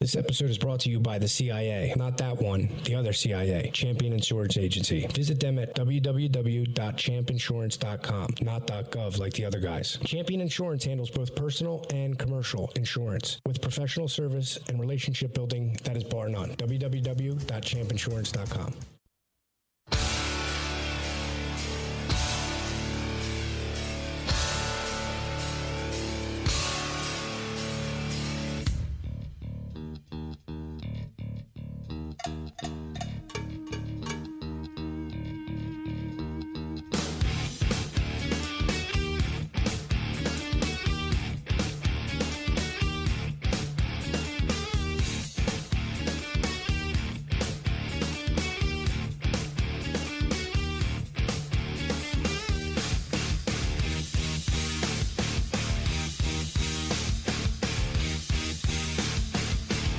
This episode is brought to you by the CIA, not that one, the other CIA, Champion Insurance Agency. Visit them at www.champinsurance.com, not .gov like the other guys. Champion Insurance handles both personal and commercial insurance with professional service and relationship building that is bar none. www.champinsurance.com.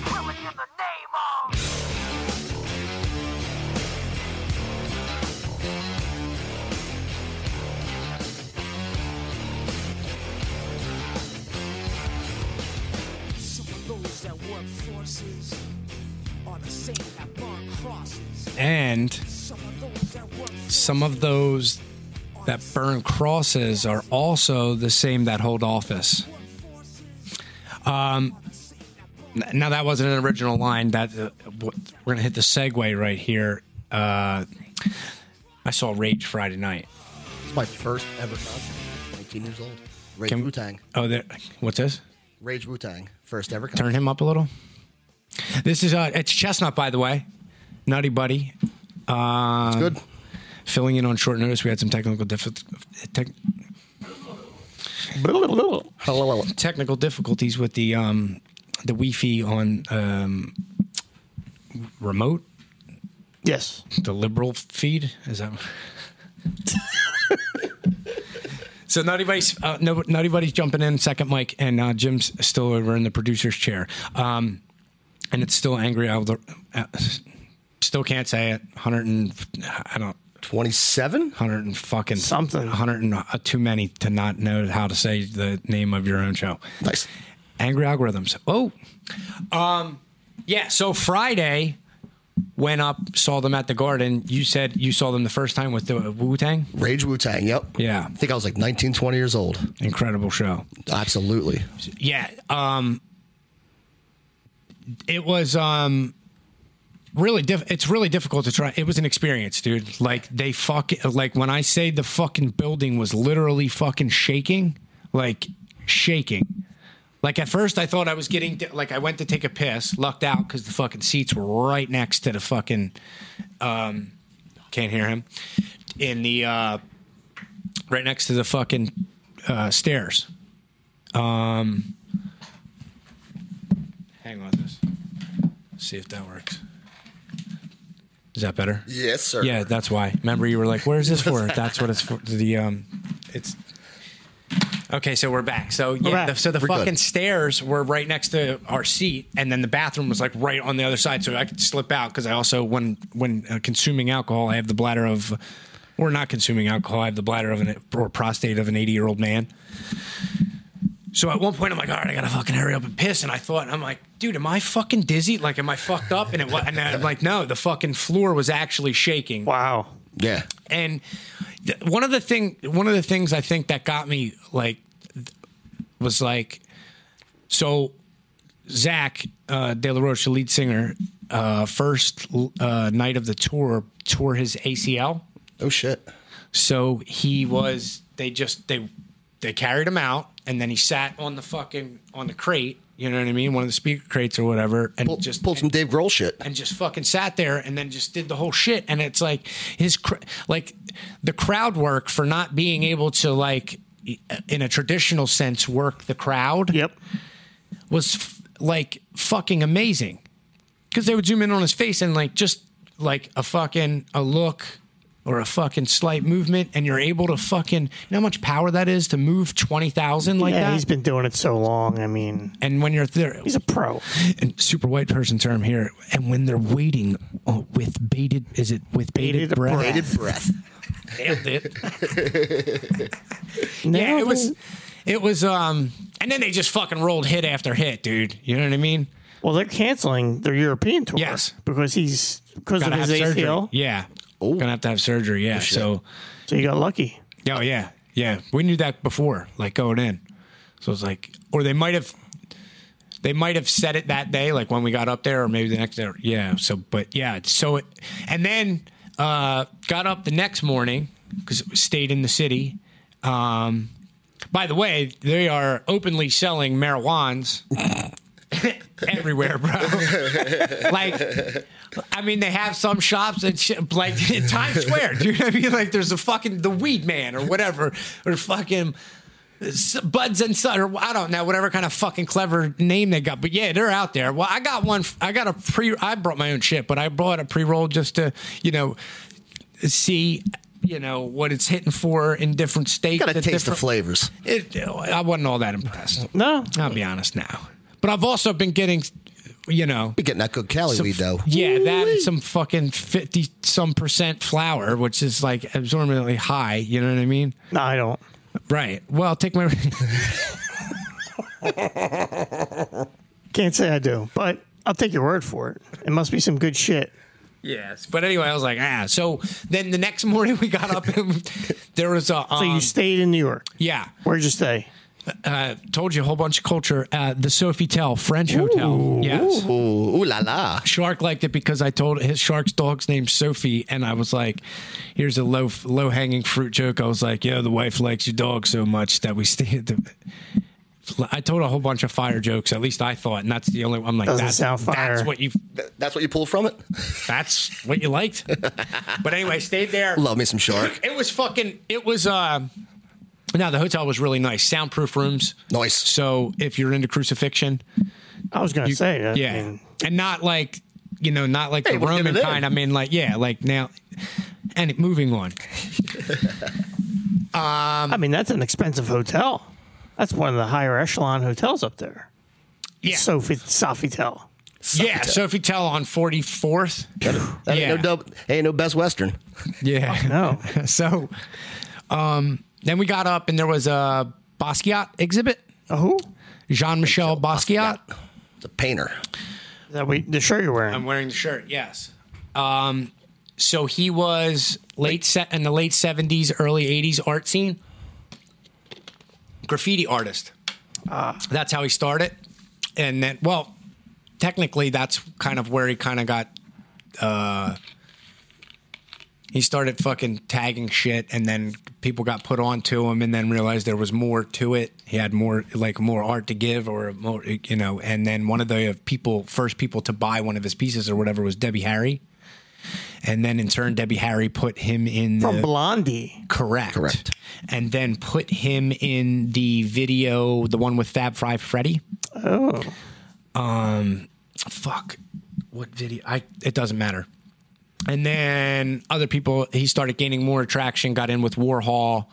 Killing in the name of. Some of those that work forces are the same that burn crosses. and Some of those that work some of those that burn crosses are also the same that hold office. Um, n- now that wasn't an original line. That uh, w- we're gonna hit the segue right here. Uh, I saw Rage Friday night. It's my first ever concert. 19 years old. Rage Can- Wu Tang. Oh, there, what's this? Rage Wu Tang. First ever concert. Turn him up a little. This is uh, it's Chestnut, by the way. Nutty Buddy Uh, It's good. filling in on short notice. We had some technical diffi- tech- Hello. technical difficulties with the um, the Wi-Fi on um, remote, Yes. the liberal feed. Is that? so not anybody's uh, no, not anybody's jumping in second mic, and uh, Jim's still over in the producer's chair, um, and it's still angry. I uh, still can't say it. Hundred and I don't. 27? Hundred and fucking Something. Hundred and uh, too many to not know how to say the name of your own show. Nice. Angry algorithms. Oh, um, yeah. So Friday went up, saw them at the Garden. You said you saw them the first time with the Wu Tang. Rage Wu Tang. Yep. Yeah. I think I was like 19, 20 years old. Incredible show. Absolutely. Yeah. Um, it was um, really diff- it's really difficult to try. It was an experience, dude. Like they fuck like when I say the fucking building was literally fucking shaking, like shaking. Like at first, I thought I was getting like I went to take a piss, lucked out because the fucking seats were right next to the fucking. Um, can't hear him. In the uh, right next to the fucking uh, stairs. Um, Hang on this. See if that works. Is that better? Yes, sir. Yeah, that's why. Remember you were like, where's this for? That's what it's for. The um it's Okay, so we're back. So yeah, back. The, so the We're good. fucking stairs were right next to our seat, and then the bathroom was like right on the other side, so I could slip out because I also when when uh, consuming alcohol, I have the bladder of, or not consuming alcohol, I have the bladder of an or prostate of an eighty year old man. So at one point, I'm like, all right, I gotta fucking hurry up and piss. And I thought, I'm like, dude, am I fucking dizzy? Like, am I fucked up? And it was, and I'm like, no, the fucking floor was actually shaking Wow. Yeah. and th- one of the thing one of the things I think that got me like th- was like so Zach uh, De La Roche, the lead singer, uh, first uh, night of the tour tore his ACL, Oh, shit. so he was they just they they carried him out and then he sat on the fucking on the crate, you know what I mean, one of the speaker crates or whatever, and Pull, just pulled some Dave Grohl shit. and just fucking sat there and then just did the whole shit and it's like his cr- like the crowd work for not being able to like i- in a traditional sense work the crowd Yep. was f- like fucking amazing because they would zoom in on his face and like just like a fucking a look or a fucking slight movement and you're able to fucking you know how much power that is to move 20,000 like yeah, that he's been doing it so long. I mean, and when you're there he's a pro. and super white person term here. And when they're waiting oh, with bated, is it with bated, Bated breath? breath. Bated breath. Nailed it. Now yeah, it they- was, it was. Um, and then they just fucking rolled hit after hit, dude. You know what I mean? Well, they're canceling their European tour. Yes. because he's because of Gotta have his surgery. ACL. Yeah. Oh. Gonna have to have surgery. Yeah. So, So you got lucky. oh, yeah. Yeah. We knew that before, like going in. So it's like, or they might have, they might have said it that day, like when we got up there, or maybe the next day. Yeah. So, but yeah. So it, and then uh, got up the next morning because it was stayed in the city. Um, by the way, they are openly selling marijuans everywhere, bro. like, I mean, they have some shops that sh- like in Times Square, dude. I mean, like, there's a fucking the Weed Man or whatever, or fucking S- Buds and Sun, or I don't know, whatever kind of fucking clever name they got. But yeah, they're out there. Well, I got one. I got a pre. I brought my own shit, but I brought a pre roll just to, you know, see. You know what it's hitting for in different states. Got to at taste the different- flavors. it, I wasn't all that impressed. No, I'll be honest now. But I've also been getting, you know, Be getting that good Cali some- weed though. yeah, that and some fucking fifty some percent flour, which is like absorbently high. You know what I mean? no, I don't. Right. Well, take my. Can't say I do, but I'll take your word for it. It must be some good shit. yes, but anyway, I was like, ah. So then the next morning we got up and there was a. So Um, you stayed in New York. yeah, Where'd you stay? uh, told you a whole bunch of culture. Uh, the Sofitel French Hotel. Yes. Ooh, ooh la la. Shark liked it because I told his shark's dog's name Sophie, and I was like, "Here's a low low hanging fruit joke." I was like, "Yo, the wife likes your dog so much that we stay at the." I told a whole bunch of fire jokes. At least I thought, and that's the only. I'm like, Doesn't that's, sound fire. that's what you. That's what you pulled from it. That's what you liked. but anyway, stayed there. Love me some shark. It was fucking. It was. uh No, the hotel was really nice. Soundproof rooms. Nice. So if you're into crucifixion, I was gonna say. I yeah, mean, and not like you know, not like Hey, the we'll give Roman it in. kind. I mean, like yeah, like now. And moving on, um, I mean that's an expensive hotel. That's one of the higher echelon hotels up there. yeah, Sophie Sofitel. yeah, Sofitel on Forty Fourth, That Yeah. Ain't no dub, ain't no Best Western. yeah. No, so, um, then we got up and there was a Basquiat exhibit, uh, who? Jean Michel Basquiat. The painter. Is That we the shirt you're wearing. I'm wearing the shirt. Yes. Um, so he was late set in the late seventies, early eighties art scene. Graffiti artist. that's how he started, and then well, technically that's kind of where he kind of got. Uh, he started fucking tagging shit, and then people got put on to him, and then realized there was more to it. He had more like more art to give, or more you know. And then one of the people, first people to buy one of his pieces or whatever, was Debbie Harry. And then in turn, Debbie Harry put him in the From Blondie. Correct. Correct. And then put him in the video, the one with Fab Five Freddy. Oh, Fuck. What video? I. It doesn't matter. And then other people, he started gaining more attraction. Got in with Warhol, um,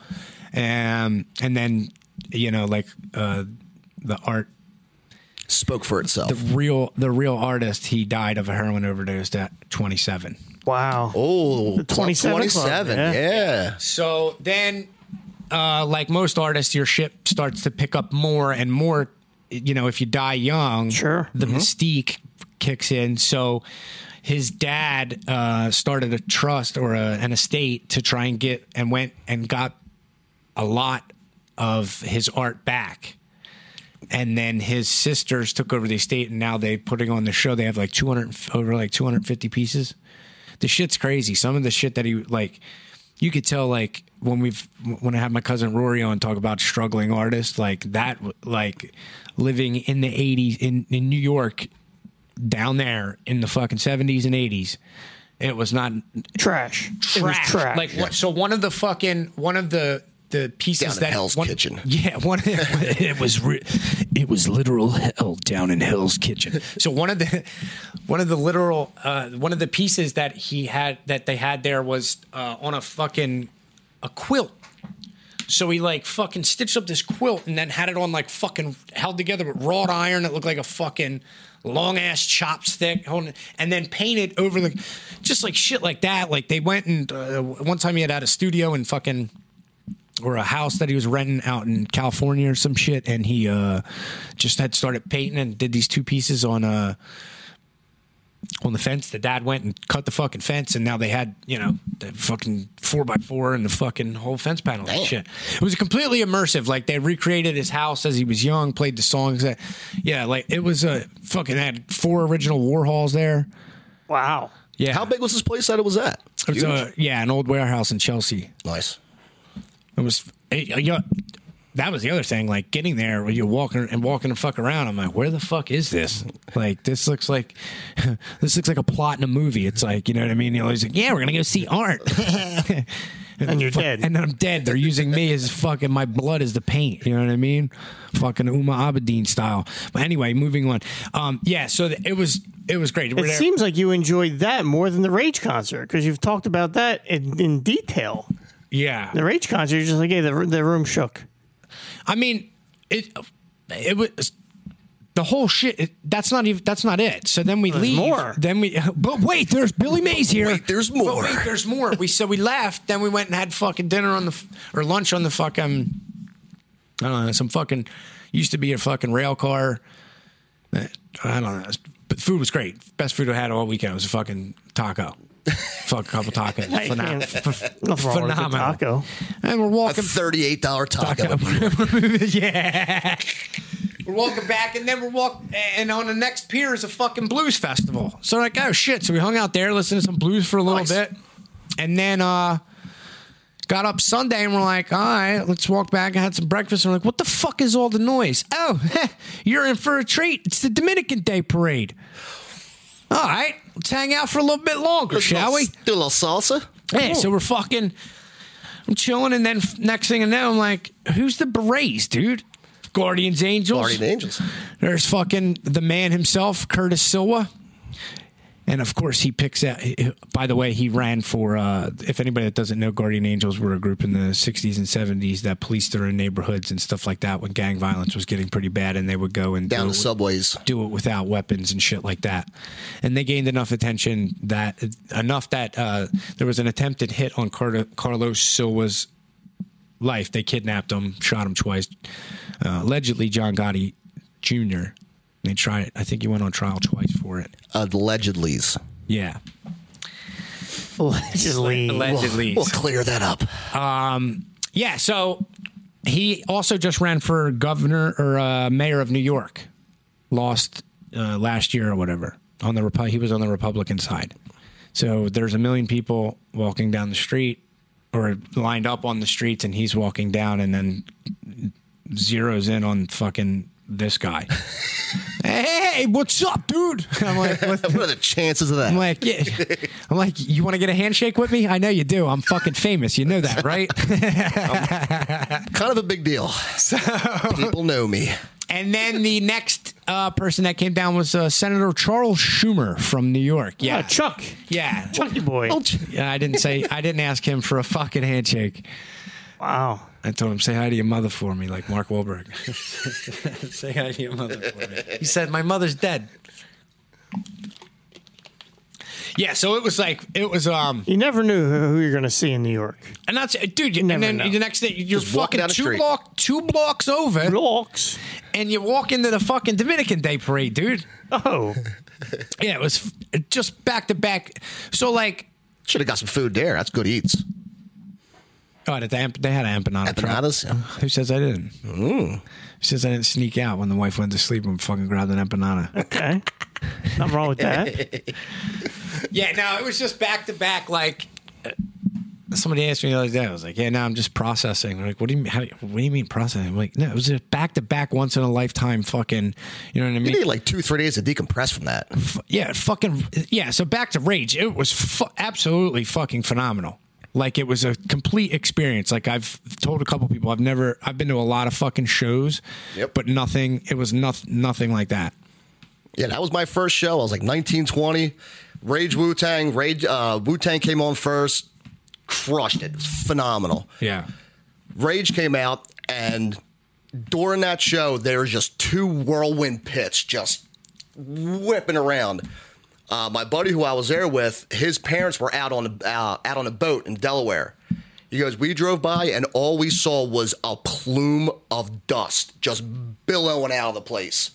and then you know, like uh, the art, Spoke for itself. real, the real artist. He died of a heroin overdose at 27. wow. oh, 27 club, 27. yeah. yeah. So then, uh, like most artists, your ship starts to pick up more and more. You know, if you die young, Sure. the mystique kicks in. So his dad uh, started a trust or a, an estate to try and get and went and got a lot of his art back. And then his sisters took over the estate, and now they're putting on the show. They have like 200 over like 250 pieces the shit's crazy. Some of the shit that he like, you could tell like when we've when I had my cousin Rory on talk about struggling artists like that, like living in the '80s in in New York, down there in the fucking '70s and '80s. It was not Trash. It was trash. trash. Like what? So one of the fucking one of the the pieces Down in that Hell's one- Kitchen. Yeah, one. it was re- it was literal hell down in Hell's Kitchen. So one of the one of the literal uh, one of the pieces that he had that they had there was uh, on a fucking a quilt. So he like fucking stitched up this quilt and then had it on like fucking held together with wrought iron. It looked like a fucking long ass chopstick. Holding, and then painted over the just like shit like that. Like they went and uh, one time he had had a studio and fucking or a house that he was renting out in California or some shit, and he uh, just had started painting and did these two pieces on uh, on the fence. The dad went and cut the fucking fence, and now they had you know the fucking four by four and the fucking whole fence panel and shit. It was completely immersive. Like they recreated his house as he was young, played the songs. That, yeah, like it was a fucking they had four original Warhols there. Wow. Yeah, How big was this place that it was at? It was Huge? a- yeah, an old warehouse in Chelsea. nice. It was it, you know, that was the other thing. Like getting there, when you're walking and walking the fuck around. I'm like, where the fuck is this? Like this looks like this looks like a plot in a movie. It's like you know what I mean. You're always like, yeah, we're gonna go see art. And you're Fuck- dead. And then I'm dead. They're using me as fucking my blood as the paint. You know what I mean? Fucking Uma Abedin style. But anyway, moving on. Um, yeah. So th- it was it was great. We're It there- seems like you enjoyed that more than the Rage concert because you've talked about that in, in detail. yeah. The Rage concert, you're just like, hey, the, r- the room shook. I mean, it it was the whole shit. It, that's not even that's not it. So then we leave. more. Then we but wait, there's Billy Mays here. Wait, there's But more. wait, there's more. We so we left. Then we went and had fucking dinner on the f- or lunch on the fucking. I don't know some fucking used to be a fucking rail car. Uh, I don't know. But food was great. Best food I had all weekend was a fucking taco. Fuck a couple tacos. Hey, man. Phena- ph- Nothing wrong with a phenomenal. taco. And we're A walking thirty-eight dollar taco. yeah. We're walking back, and then we're walking, and on the next pier is a fucking blues festival. So like, oh shit! So we hung out there, listened to some blues for a little Nice. bit, and then uh, got up Sunday, and we're like, all right, let's walk back. I had some breakfast, and we're like, what the fuck is all the noise? Oh, you're in for a treat. It's the Dominican Day Parade. All right, let's hang out for a little bit longer, shall we? do a little salsa? Hey, so we're fucking, I'm chilling, and then f- next thing I know, I'm like, who's the berets, dude? Guardians Angels. Guardian Angels. There's fucking the man himself, Curtis Silva. And of course, he picks out. he- By the way, he ran for. Uh, if anybody that doesn't know, Guardian Angels were a group in the 60s and 70s that policed their own neighborhoods and stuff like that when gang violence was getting pretty bad, and they would go and Down do the it- subways. do it without weapons and shit like that. And they gained enough attention that enough that uh, there was an attempted hit on Car- Carlos Silva's life. They kidnapped him, shot him twice. Uh, allegedly, John Gotti Jr. They tried. I think he went on trial twice for it. Allegedly's. Yeah, Allegedly. allegedly. We'll clear that up. Yeah. So he also just ran for governor or uh, mayor of New York. Lost uh, last year or whatever on the Repu- he was on the Republican side. So there's a million people walking down the street or lined up on the streets, and he's walking down, and then zeroes in on fucking this guy. hey, what's up, dude? I'm like, what What are the chances of that? I'm like, yeah. I'm like, you want to get a handshake with me? I know you do. I'm fucking famous. You know that, right? kind of a big deal. People know me. And then the next uh, person that came down was uh, Senator Charles Schumer from New York. Yeah, Yeah, Ah, Chuck. yeah. Chucky boy. Yeah, I didn't say I didn't ask him for a fucking handshake. Wow. I told him say hi to your mother for me, like Mark Wahlberg. say hi to your mother for me. He said my mother's dead. Yeah, so it was like it was um You never knew who who you're going to see in New York. and that's dude Never and then know. the next thing you're Just walk fucking down the two street. block two blocks over Blocks. and you walk into the fucking Dominican Day parade, dude. Oh. Yeah, it was f- just back to back. So like, Should have got some food there. That's good eats. oh, did they, amp- they had an empanada. truck. Empanadas. Yeah. Who says I didn't? Ooh. Who says I didn't sneak out when the wife went to sleep and fucking grabbed an empanada? Okay. Nothing wrong with that. yeah, no, it was just back to back. Like uh, somebody asked me the other day, I was like, "Yeah, no, I'm just processing." They're like, "What do you mean? How, do you- what do you mean processing?" I'm like, "No, it was a back to back, once in a lifetime, fucking, you know what I You mean?" need like two, three days to decompress from that. yeah, fucking yeah. So back to Rage, it was fu- absolutely fucking phenomenal. Like it was a complete experience. Like I've told a couple people, I've never, I've been to a lot of fucking shows, Yep. but nothing. It was nothing, nothing like that. Yeah, that was my first show. I was like 19, 20. Rage Wu Tang. Rage uh, Wu Tang came on first. Crushed it. It was phenomenal. Yeah, Rage came out, and during that show, there was just two whirlwind pits just whipping around. Uh, my buddy who I was there with, his parents were out on a, uh, out on a boat in Delaware, He goes, We drove by and all we saw was a plume of dust just billowing out of the place.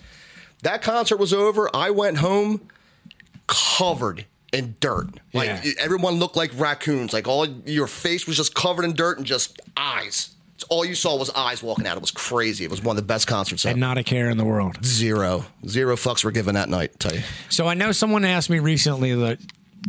That concert was over. I went home covered in dirt. Like Yeah. everyone looked like raccoons. Like all your face was just covered in dirt and just eyes. It's all you saw was eyes walking out. It was crazy. It was one of the best concerts. and ever. not a care in the world. Zero, zero fucks were given that night. Tell you. So I know someone asked me recently that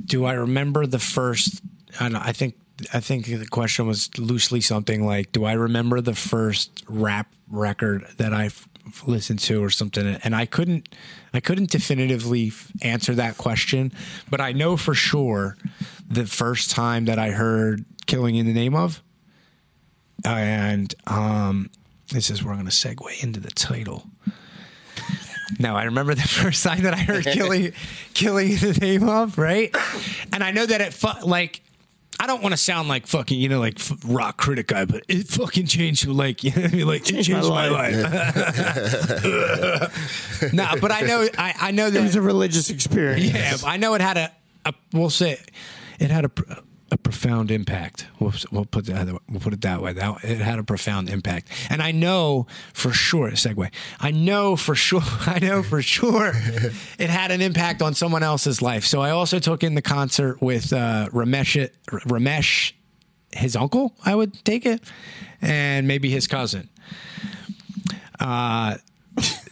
do I remember the first? I, don't, I think I think the question was loosely something like, do I remember the first rap record that I f- listened to or something? And I couldn't I couldn't definitively f- answer that question, but I know for sure the first time that I heard "Killing in the Name of," and um, this is where I'm going to segue into the title. No, I remember the first time that I heard "Killing," "Killing" is the name of right, and I know that it fu- like I don't want to sound like fucking you know like f- rock critic guy, but it fucking changed like you know what I mean? like it changed my my life. no, but I know I, I know that It was a religious experience. yeah, I know it had a, a we'll say it had a, pr- a profound impact. We'll, we'll put that we'll put it that way. That it had a profound impact, and I know for sure. Segue. I know for sure. I know for sure it had an impact on someone else's life. So I also took in the concert with uh, Ramesh Ramesh, his uncle. I would take it, and maybe his cousin. Uh,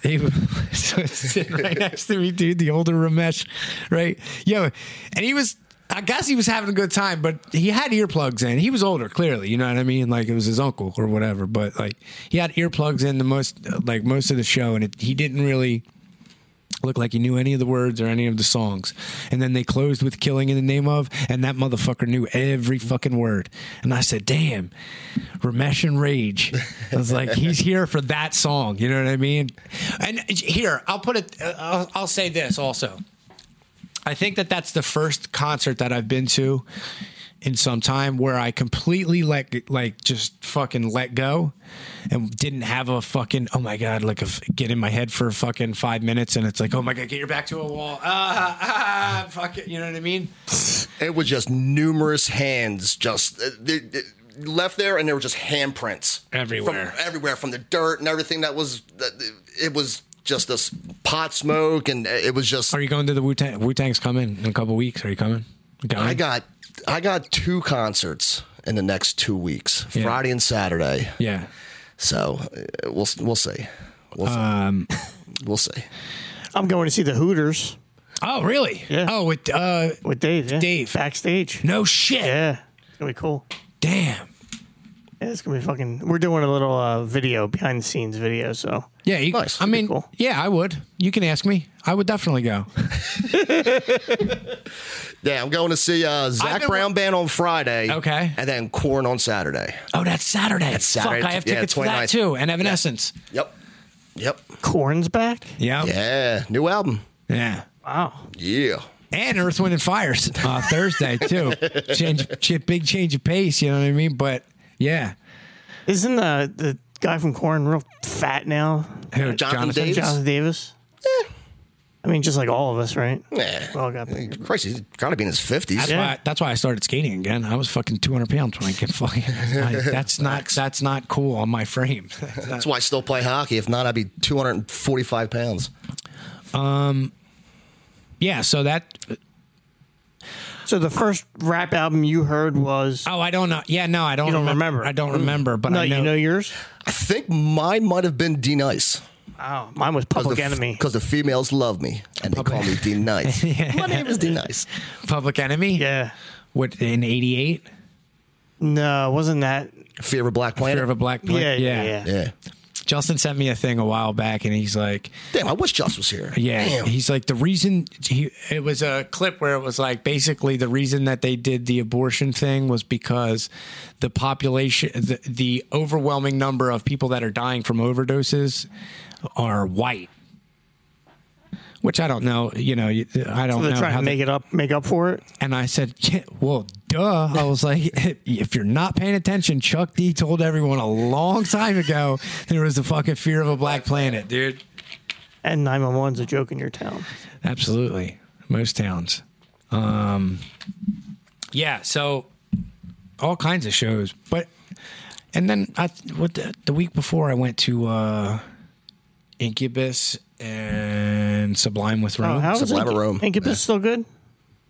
he was sitting right next to me, dude, the older Ramesh, right? Yo, and he was, I guess he was having a good time, but he had earplugs in. He was older, clearly, you know what I mean? Like it was his uncle or whatever, but like he had earplugs in the most, like most of the show, and it, he didn't really look like he knew any of the words or any of the songs. And then they closed with Killing in the Name of, and that motherfucker knew every fucking word. And I said, damn, Ramesh and Rage. I was like, he's here for that song. You know what I mean? And here, I'll put it, I'll, I'll say this also. I think that that's the first concert that I've been to in some time where I completely let like just fucking let go and didn't have a fucking oh my god like a f get in my head for fucking five minutes and it's like oh my god get your back to a wall ah ah fuck it you know what I mean It was just numerous hands, just uh, they, they left there, and there were just handprints Everywhere. from everywhere, from the dirt and everything that was. That, it was just this pot smoke, and uh, it was just. are you going to the Wu Tang Wu Tang's coming in a couple weeks are you coming Going? I got, I got two concerts in the next two weeks, Yeah. Friday and Saturday. yeah So uh, we'll we'll see. We'll see. Um, we'll see. I'm going to see the Hooters oh really Yeah. oh with uh with Dave. Yeah. Dave. Backstage. no shit Yeah. It's going to be cool. damn Yeah, it's going to be fucking. We're doing a little uh, video, behind the scenes video. So Yeah, you, Nice. I That'd be mean, cool. yeah, I would. You can ask me. I would definitely go. Yeah, I'm going to see uh, I've Zach been Brown wa- Band on Friday. Okay. and then Corn on Saturday. Oh, that's Saturday. Saturday. Fuck, I have Yeah, tickets for that 29th. too, and Evanescence. Yep, yep. Corn's back. Yeah. yeah, Yeah, new album. Wow. Yeah. And Earth, Wind, and Fires uh, Thursday too. Change, ch- big change of pace. You know what I mean? But yeah, Isn't the the guy from Corn real fat now? Who, Davis? Jonathan Davis. I mean, just like all of us, right? Yeah. We all got big. Christ, he's got to be in his 50s. That's Yeah. why. That's why I started skating again. I was fucking 200 pounds when I get fucking. I- that's not. That's not cool on my frame. That's why I still play hockey. If not, I'd be 245 pounds. yeah. So that. So the first rap album you heard was Oh, I don't know. Yeah, no, I don't. You don't remem- remember. Mm. I don't remember. But no, I know. you know yours. I think mine might have been D Nice. Wow, Oh, mine was Public Enemy. Because the females love me and they call me D Nice. My name is D Nice. Public Enemy. yeah, What in '88? no, wasn't that? Fear of a Black Planet. Fear of a Black Planet. Yeah, yeah, yeah. yeah. Justin sent me a thing a while back, and he's like, Damn, I wish Josh was here. "Yeah." Damn. He's like, the reason he, it was a clip where it was like basically the reason that they did the abortion thing was because the population, the, the overwhelming number of people that are dying from overdoses are white. Which I don't know, you know, you- I don't They're know trying to they- make it up, make up for it. And I said, yeah, well, duh. I was like, if you're not paying attention, Chuck D told everyone a long time ago there was the fucking fear of a black planet, dude. And 911's a joke in your town. Absolutely. Most towns. Um, yeah. So all kinds of shows. But and then I what the, the week before I went to uh Incubus and Sublime with Rome. Hmm? Oh, how was Sublime Incu- Rome. Incubus still good?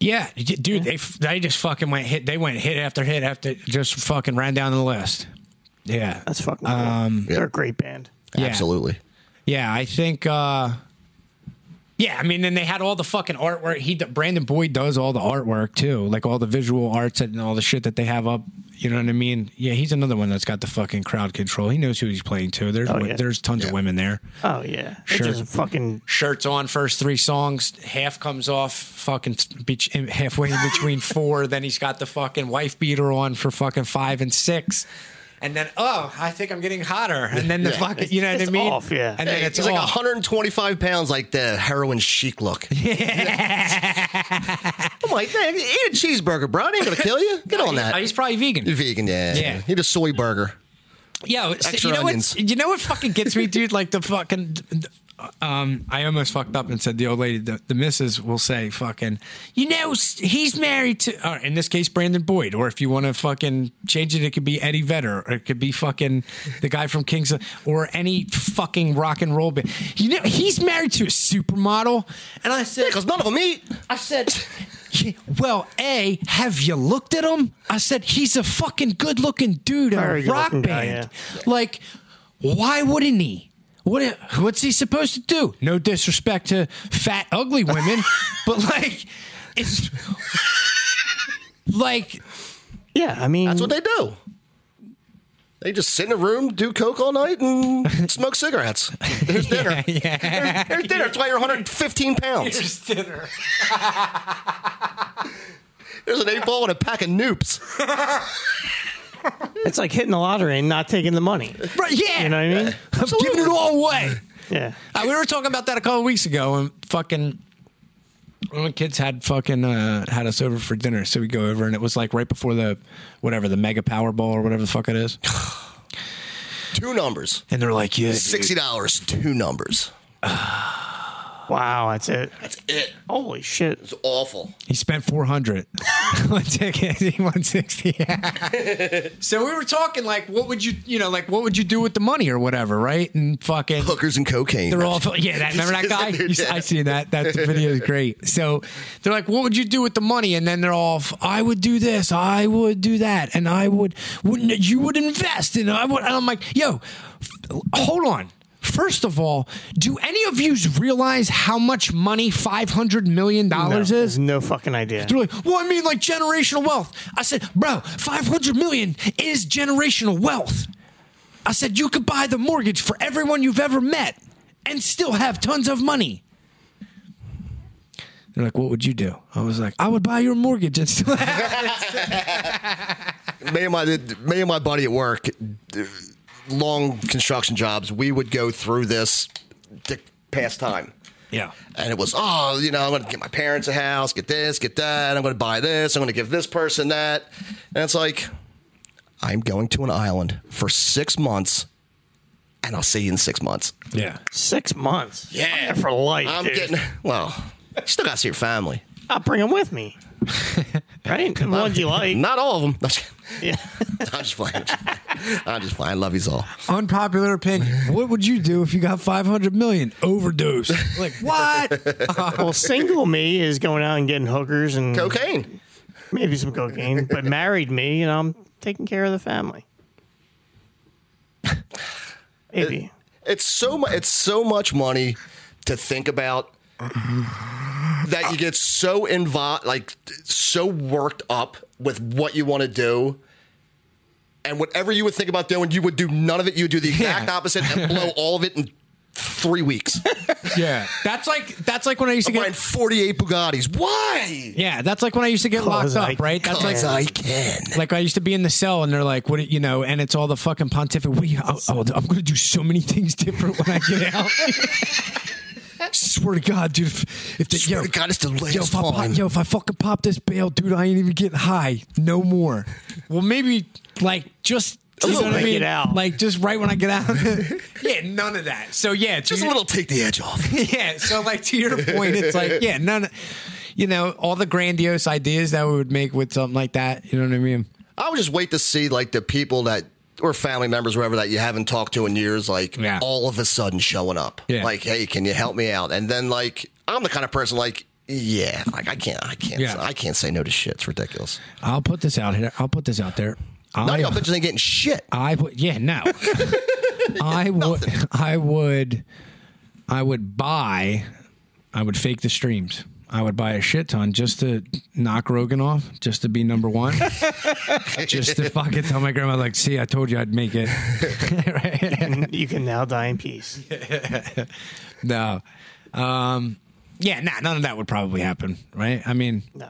Yeah, d- dude, they f- they just fucking went hit. They went hit after hit after just fucking ran down the list. Yeah, That's fucking cool. Um, They're a great band. Yeah. Absolutely. Yeah, I think. uh Yeah, I mean, then they had all the fucking artwork. He Brandon Boyd does all the artwork too, like all the visual arts and all the shit that they have up. You know what I mean? Yeah, he's another one that's got the fucking crowd control. He knows who he's playing to. There's Oh, wo- yeah. there's tons of women there. Oh, yeah. Sure. They're just fucking Shirts on first three songs, half comes off fucking beach, halfway in between four. Then he's got the fucking wife beater on for fucking five and six. And then oh, I think I'm getting hotter. And then the fucking, you know what It's I mean? off, yeah. And then Hey, it's he's like off. 125 pounds, like the heroin chic look. I'm like, "Hey, eat a cheeseburger, bro. It ain't gonna kill you. Get on Uh, that. He's probably vegan. Vegan, yeah. Yeah. Eat a soy burger. Yeah, Extra you know onions. what? You know what fucking gets me, dude? Like the fucking. Um, I almost fucked up and said the old lady, the, the missus will say, "Fucking, you know, s- he's married to." Or in this case, Brandon Boyd, or if you want to fucking change it, it could be Eddie Vedder, or it could be fucking the guy from Kings, of- or any fucking rock and roll band. You know, he's married to a supermodel, and I said, Because none of them eat. I said, "Well, a have you looked at him?" I said, "He's a fucking good-looking dude in Very a rock good-looking band. guy, Like, why wouldn't he? What what's he supposed to do? No disrespect to fat, ugly women, but like, it's like." Yeah, I mean, That's what they do. They just sit in a room, do coke all night, and smoke cigarettes. There's dinner. There's, there's dinner. That's why you're 115 pounds. Here's dinner. There's an eight ball and a pack of noops. it's like hitting the lottery and not taking the money. Right, yeah. You know what I mean? I'm giving it all away. Yeah. Uh, we were talking about that a couple of weeks ago, and fucking one of the kids had fucking uh, had us over for dinner. So we go over, and it was like right before the whatever the Mega Powerball or whatever the fuck it is. Two numbers. And they're like, "Yeah, dude. Sixty dollars. Two numbers. Wow, that's it. That's it. Holy shit. It's awful. he spent four hundred on ticket, one sixty. so we were talking like, what would you, you know, like what would you do with the money or whatever, right? And fucking Hookers and cocaine. They're all yeah. That, remember that guy? They're You s- I dead. see that. That video is great. So they're like, "What would you do with the money?" And then they're all, f- "I would do this. I would do that. And I would wouldn't you would invest and I would." And I'm like, "Yo, f- hold on." First of all, do any of you realize how much money five hundred million dollars No, is? No fucking idea. They're like, well, I mean, like generational wealth. I said, bro, 500 million is generational wealth. I said, you could buy the mortgage for everyone you've ever met and still have tons of money. They're like, what would you do? I was like, I would buy your mortgage and still have. me and my me and my buddy at work, uh, long construction jobs. We would go through this to pass time. Yeah. And it was, oh, you know, I'm going to get my parents a house, get this, get that. I'm going to buy this. I'm going to give this person that. And it's like, I'm going to an island for six months, and I'll see you in six months. Yeah. Six months. Yeah. for life. I'm dude. getting well. You still got to see your family. I'll bring them with me. right? The ones you like. Not all of them. I'm just, Yeah. I'm just playing. I'm just playing. Love you all. Unpopular opinion. What would you do if you got 500 million? Overdose. Like, what? Well, single me is going out and getting hookers and Cocaine. maybe some cocaine, but married me, you know, I'm taking care of the family. Maybe. It's so much. It's so much money to think about that you get so involved, like so worked up with what you want to do, and whatever you would think about doing, you would do none of it. You would do the exact Yeah. opposite and blow all of it in three weeks. yeah. Oh, That's like that's like when I used to Buying get. forty-eight Bugattis. Why? Yeah, that's like when I used to get locked Cause I up, right? That's like Because I can. Like I used to be in the cell, and they're like, "What do- you know?" And it's all the fucking pontific. We, oh, oh, I'm going to do so many things different when I get out. Swear to God, dude. If, if the, Swear yo, to God, it's the last yo, if I pop- time. yo, if I fucking pop this bail, dude, I ain't even getting high no more. Well, maybe like just A you know little what I bit. mean? Get out. like just right when I get out. yeah, none of that. So yeah, to Just a your- little take the edge off. yeah. So like to your point, it's like yeah, none. You know all the grandiose ideas that we would make with something like that. You know what I mean? I would just wait to see like the people that or family members, whoever that you haven't talked to in years, like Yeah. all of a sudden showing up. Yeah. Like, hey, can you help me out? And then like I'm the kind of person like, yeah, like I can't, I can't, Yeah. I can't say no to shit. It's ridiculous. I'll put this out here. I'll put this out there. None of I, y'all bitches ain't getting shit. I would. Yeah, no. I would. I would. I would buy. I would fake the streams. I would buy a shit ton just to knock Rogan off, just to be number one, just to fucking tell my grandma, like, see, I told you I'd make it. Right? you can now die in peace. No. Um, yeah, nah, none of that would probably happen, right? I mean, No,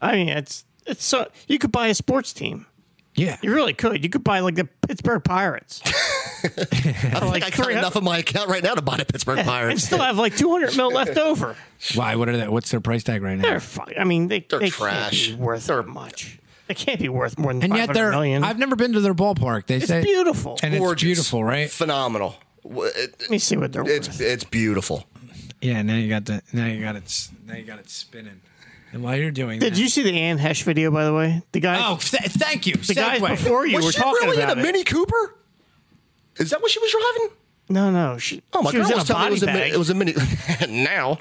I mean it's it's so you could buy a sports team. yeah. You really could. You could buy like the Pittsburgh Pirates I don't think like I got 300 enough of my account right now to buy the Pittsburgh and Pirates. still have like 200 mil left over. Why? What are that? What's their price tag right now? They're fuck. I mean, they They're they trash. Can't be worth They're- much. They can't be worth more than and yet 500 they're. million. I've never been to their ballpark. They it's say beautiful. and it's Gorgeous. beautiful, right? Phenomenal. W- it- Let me see what they're worth. it's it's beautiful. Yeah, now you got the now you got it s- now you got it spinning. And while you're doing Did that, you see the Anne Hesh video, by the way? The guy, Oh, th- thank you. the guys Segue. before you was were she talking really about in a it. Mini Cooper? Is that what she was driving? no, no, she, Oh my she god! was in a telling me body bag. it was a mini. It was a mini. now,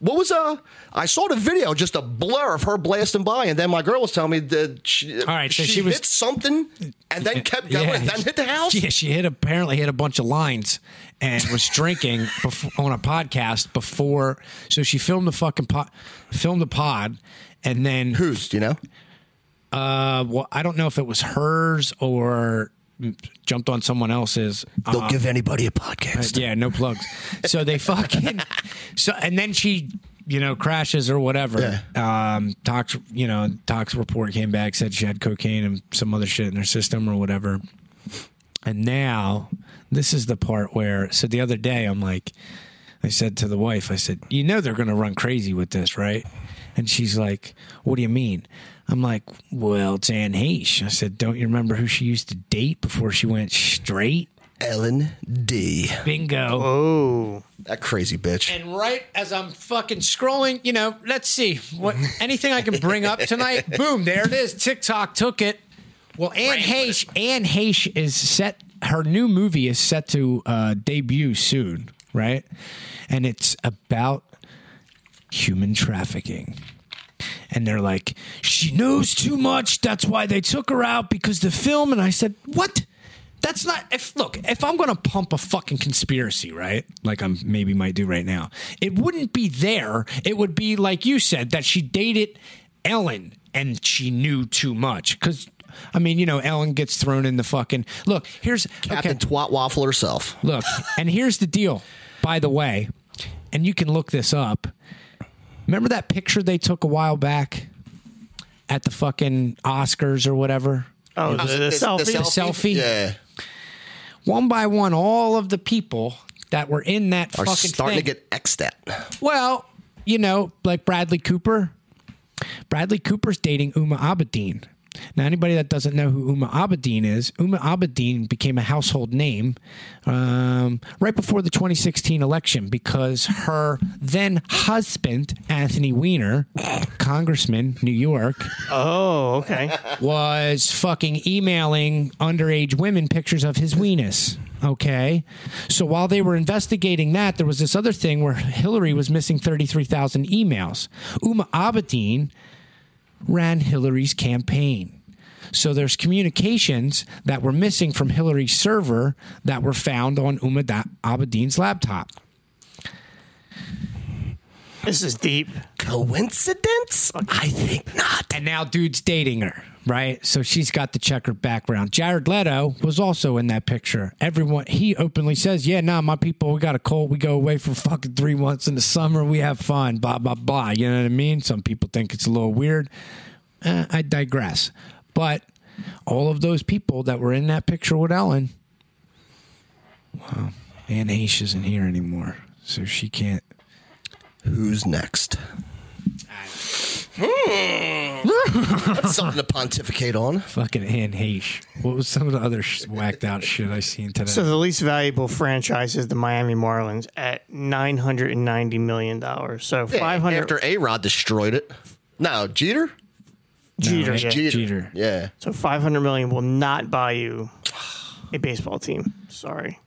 what was uh? I saw the video, just a blur of her blasting by, and then my girl was telling me that she, All right, so she, she was- hit something, and then kept going, Yeah. and then hit the house. Yeah, she hit apparently hit a bunch of lines and was drinking before, on a podcast before. So she filmed the fucking pod, filmed the pod, and then Who's do you know? uh, well, I don't know if it was hers or jumped on someone else's. They'll give anybody a podcast. Uh-huh. Yeah, no plugs. So they fucking so, and then she, you know, crashes or whatever. Um, tox, you know, tox report came back said she had cocaine and some other shit in her system or whatever. And now this is the part where so the other day I'm like, I said to the wife, I said, you know, they're gonna run crazy with this, right? And she's like, what do you mean? I'm like, well, it's Anne Heche. I said, don't you remember who she used to date before she went straight? Ellen D. Bingo. Oh, That crazy bitch. And right as I'm fucking scrolling, you know, let's see what anything I can bring up tonight. Boom, there it is. TikTok took it. Well, Anne Heche, Anne Heche is set. Her new movie is set to uh, debut soon, right? And it's about human trafficking. And they're like, she knows too much. That's why they took her out because the film. And I said, what? That's not if look, if I'm gonna pump a fucking conspiracy, right? Like I'm maybe might do right now, it wouldn't be there. It would be like you said, that she dated Ellen and she knew too much. Cause I mean, you know, Ellen gets thrown in the fucking look, here's Captain Twat Waffle herself. Look, and here's the deal, by the way, and you can look this up. Remember that picture they took a while back at the fucking Oscars or whatever? oh, the, the, selfie. selfie? Yeah. One by one, all of the people that were in that Are fucking starting thing. to get X'd at. well, you know, like Bradley Cooper. Bradley Cooper's dating Uma Abedin. Now, anybody that doesn't know who Uma Abedin is, Uma Abedin became a household name um, right before the 2016 election because her then husband, Anthony Weiner, congressman, New York, Oh, okay. was fucking emailing underage women pictures of his weenus. Okay. So while they were investigating that, there was this other thing where Hillary was missing 33,000 emails. Uma Abedin ran Hillary's campaign. So there's communications that were missing from Hillary's server that were found on Uma Da- Abedin's laptop. This is deep. Coincidence? I think not. And now dude's dating her, right? So she's got the checkered background. Jared Leto was also in that picture. Everyone he openly says, Yeah, nah, my people, we got a cold, we go away for fucking three months in the summer, we have fun, blah, blah, blah. You know what I mean? Some people think it's a little weird. Eh, I digress. But all of those people that were in that picture with Ellen, well, Anne Heche isn't here anymore. So she can't Who's next? Hmm. That's something to pontificate on. fucking Anne Heche. What was some of the other sh- whacked out shit I seen today? So the least valuable franchise is the Miami Marlins at 990 million dollars. So Yeah, 500 after A Rod destroyed it. No, Jeter? Jeter. yeah. Jeter. Jeter. Yeah. So 500 million will not buy you a baseball team. Sorry.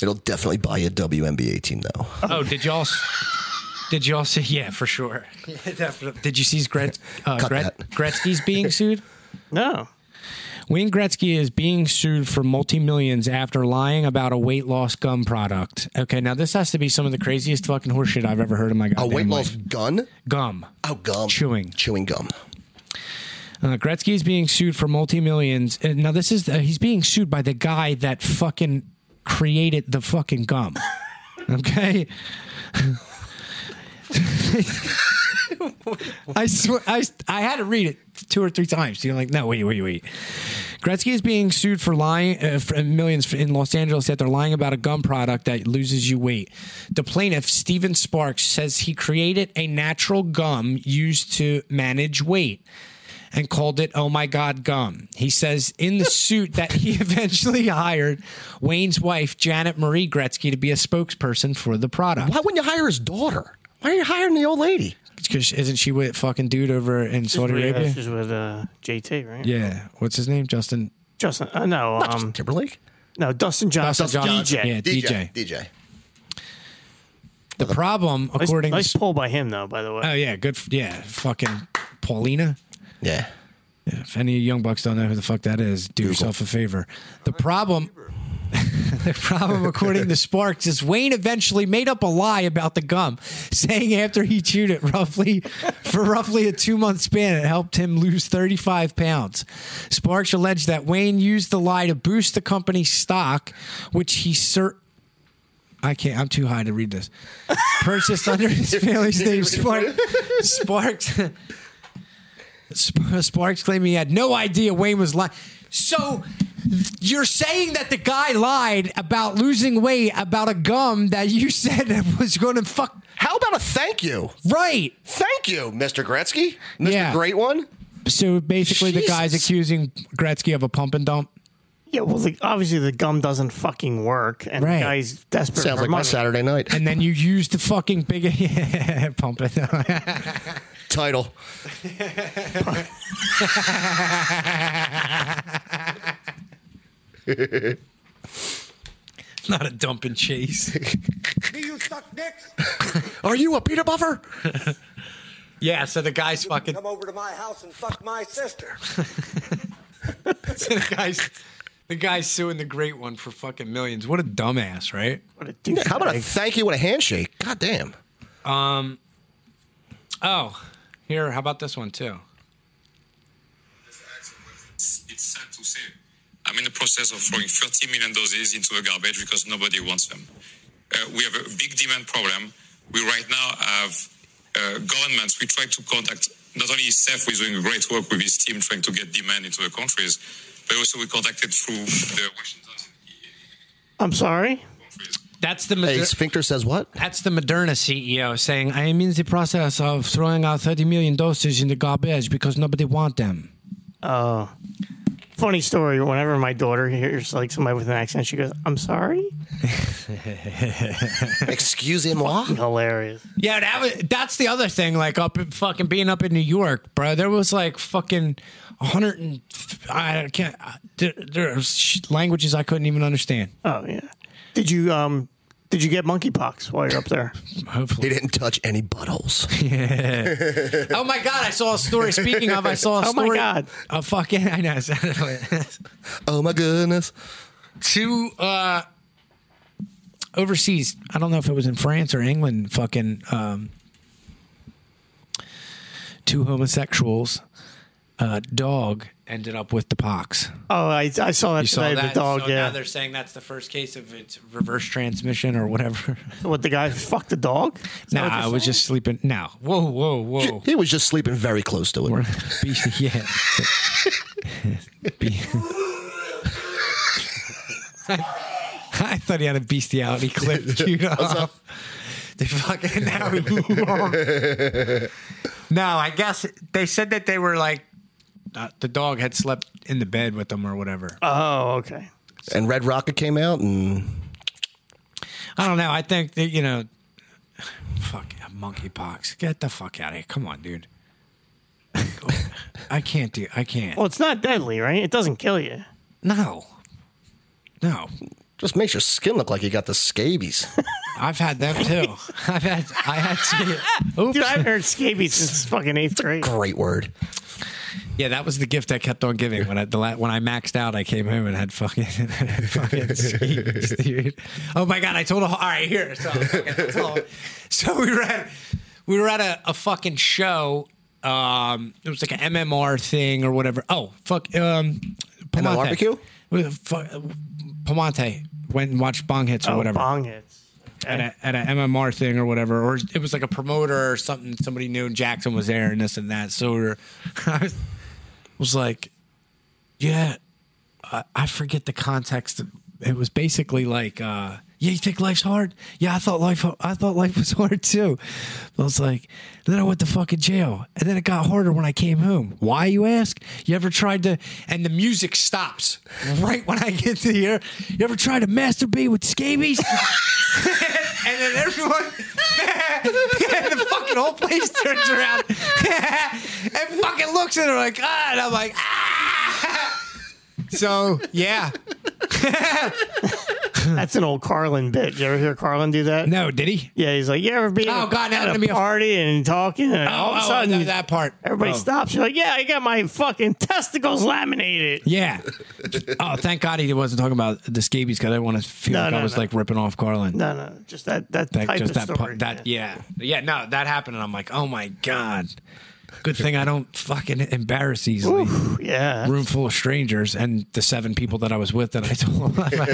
It'll definitely buy you a WNBA team though. Oh, did y'all? s- Did y'all see? Yeah, for sure. Definitely. did you see Gret, uh, Cut Gret, that. Gretzky's being sued? No. Wayne Gretzky is being sued for multi millions after lying about a weight loss gum product. Okay, now this has to be some of the craziest fucking horseshit I've ever heard in my A goddamn weight loss life. gun? gum. Oh, gum. Chewing. Chewing gum. Uh, Gretzky is being sued for multi millions. Now this is uh, he's being sued by the guy that fucking created the fucking gum. Okay. I swear, I, I had to read it two or three times. You're like, no, wait, wait, wait. Gretzky is being sued for lying uh, for millions in Los Angeles that they're lying about a gum product that loses you weight. The plaintiff, Steven Sparks, says he created a natural gum used to manage weight and called it "Oh My God" gum. He says in the suit that he eventually hired Wayne's wife Janet Marie Gretzky to be a spokesperson for the product. Why wouldn't you hire his daughter? Why are you hiring the old lady? Because isn't she with fucking dude over in Saudi Arabia? This is with uh, JT, right? Yeah, what's his name? Justin. Justin. Uh, no. Um, Timberlake? no. Dustin Johnson. Dustin Johnson. DJ. Yeah, DJ. DJ. DJ. The problem, Nice, according nice to pull by him, though. By the way. oh yeah, good f- yeah, fucking Paulina. Yeah. If any young bucks don't know who the fuck that is, do yourself a favor. The problem, the problem, according to Sparks, is Wayne eventually made up a lie about the gum, saying after he chewed it roughly for roughly a two month span, it helped him lose thirty five pounds. Sparks alleged that Wayne used the lie to boost the company's stock, which he cert. I can't. I'm too high to read this. Purchased under his family's name, Spark, Sparks. Sp- Sparks claiming he had no idea Wayne was lying. So th- you're saying that the guy lied about losing weight about a gum that you said was going to fuck How about a thank you? right? Thank you, Mr. Gretzky. Mr. Yeah. Great One. So basically, the guy's Jesus. accusing Gretzky of a pump and dump. Yeah. Well, the, obviously the gum doesn't fucking work, and Right. the guy's desperate Sounds for like my money. Saturday night. And then you use the fucking big yeah, pump and dump. Title. Not a dump and chase. Are you a peanut buffer? Yeah, so the guy's fucking. Come over to my house and fuck my sister. So the guy's the guy's suing the great one for fucking millions. What a dumbass, right? What a Yeah, How about a douchebag. thank you and a handshake? God damn. Oh, here, how about this one too? It's sad to say. I'm in the process of throwing 30 million doses into the garbage because nobody wants them. Uh, we have a big demand problem. We right now have uh, governments. We try to contact not only Seth, who is doing great work with his team trying to get demand into the countries, but also we contacted through the Washington I'm sorry. countries. That's the Hey, Missouri- Sphincter says what? That's the Moderna CEO saying, I am in the process of throwing out 30 million doses in the garbage because nobody want them. Funny story. Whenever my daughter hears like somebody with an accent, she goes, "I'm sorry." Excuse moi? Hilarious. Yeah, that was, that's the other thing. Like, up in fucking being up in New York, bro, there was like fucking 100 and I can't, there, there was sh- languages I couldn't even understand. Oh yeah. Did you um? Did you get monkeypox while you're up there? He Hopefully. didn't touch any buttholes. Oh my God, I saw a story. Speaking of, I saw a Oh my story. God. A fucking, I know. it's- oh my goodness. two uh overseas i don't know if it was in france or england fucking um two homosexuals uh dog ended up with the pox Oh, I, I saw that you saw today. that the dog. so now yeah. they're saying that's the first case of its reverse transmission or whatever What the guy fucked the dog? Is that nah what i you're was saying? just sleeping now whoa whoa whoa He was just sleeping very close to it. Be- yeah Be- I thought he had a bestiality clip queued up. They fucking now. he- no, I guess they said that they were like uh, the dog had slept in the bed with them or whatever. Oh, okay. And Red Rocket came out and I don't know. I think that you know, fuck monkeypox. Get the fuck out of here. Come on, dude. I can't do. I can't. Well, it's not deadly, right? It doesn't kill you. No, no. Just makes your skin look like you got the scabies. I've had that too. I've had. I had. sca- Oops. Dude, I haven't heard scabies since fucking eighth grade. Great word. Yeah, that was the gift I kept on giving. When I the la- when I maxed out, I came home and had fucking, fucking skeets, dude. Oh my god, I told a whole- all right here. So, fucking, that's all. so we were at we were at a, a fucking show. Um, it was like an MMR thing or whatever. Oh fuck, um, Pamonte. barbecue? We- fu- Pamonte went and watched Bong Hits or Oh, whatever bong hits. at a, at a MMR thing or whatever, or it was like a promoter or something. Somebody knew Jackson was there and this and that. So we were, I was, was like, yeah, I, I forget the context. It was basically like, uh, yeah, you think life's hard? Yeah, I thought life, I thought life was hard too. But I was like, then I went to fucking jail, and then it got harder when I came home. Why you ask? You ever tried to? And the music stops right when I get to here. You ever tried to masturbate with scabies? and then everyone, and the fucking whole place turns around and fucking looks at her like, ah, and I'm like, ah. So yeah, That's an old Carlin bit. You ever hear Carlin do that? no, did he? Yeah, he's like, you ever be Oh, God, now at let a me- party and talking, and Oh, all of a oh, sudden no, that part. everybody Oh. stops. You're like, yeah, I got my fucking testicles laminated. Yeah. Oh, thank God he wasn't talking about the scabies because I want to feel No, like I no, was no. like ripping off Carlin. No, no, just that that That, type just of that, story. part, that yeah. yeah, no, that happened, and I'm like, oh my God, good thing I don't fucking embarrass easily. yeah. room full of strangers and the seven people that I was with that I told them. well,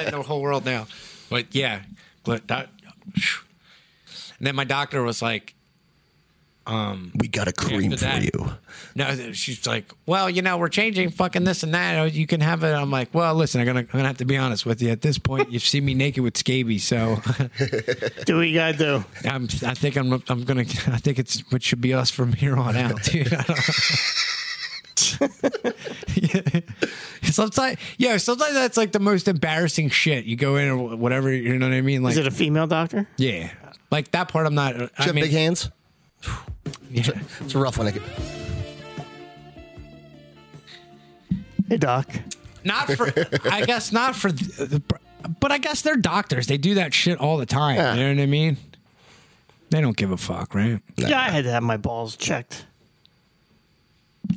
I know the whole world now. But yeah, but that. And then my doctor was like, We got a cream After that- No, she's like, well, you know, we're changing fucking this and that. You can have it. I'm like, well, listen, I'm gonna, I'm gonna have to be honest with you. At this point, you've seen me naked with scabies, so Do what you gotta do. I'm, I think I'm, I'm gonna, I think it's what should be us from here on out, dude. I don't- yeah. Sometimes, yeah, sometimes that's like the most embarrassing shit. You go in or whatever, you know what I mean? Like, Is it a female doctor? yeah, like that part. I'm not. I She had mean, big hands. yeah. It's a rough one. Hey, doc. not for I guess not for the, but I guess they're doctors. They do that shit all the time. You know what I mean? They don't give a fuck, right? Yeah, I had to have my balls checked.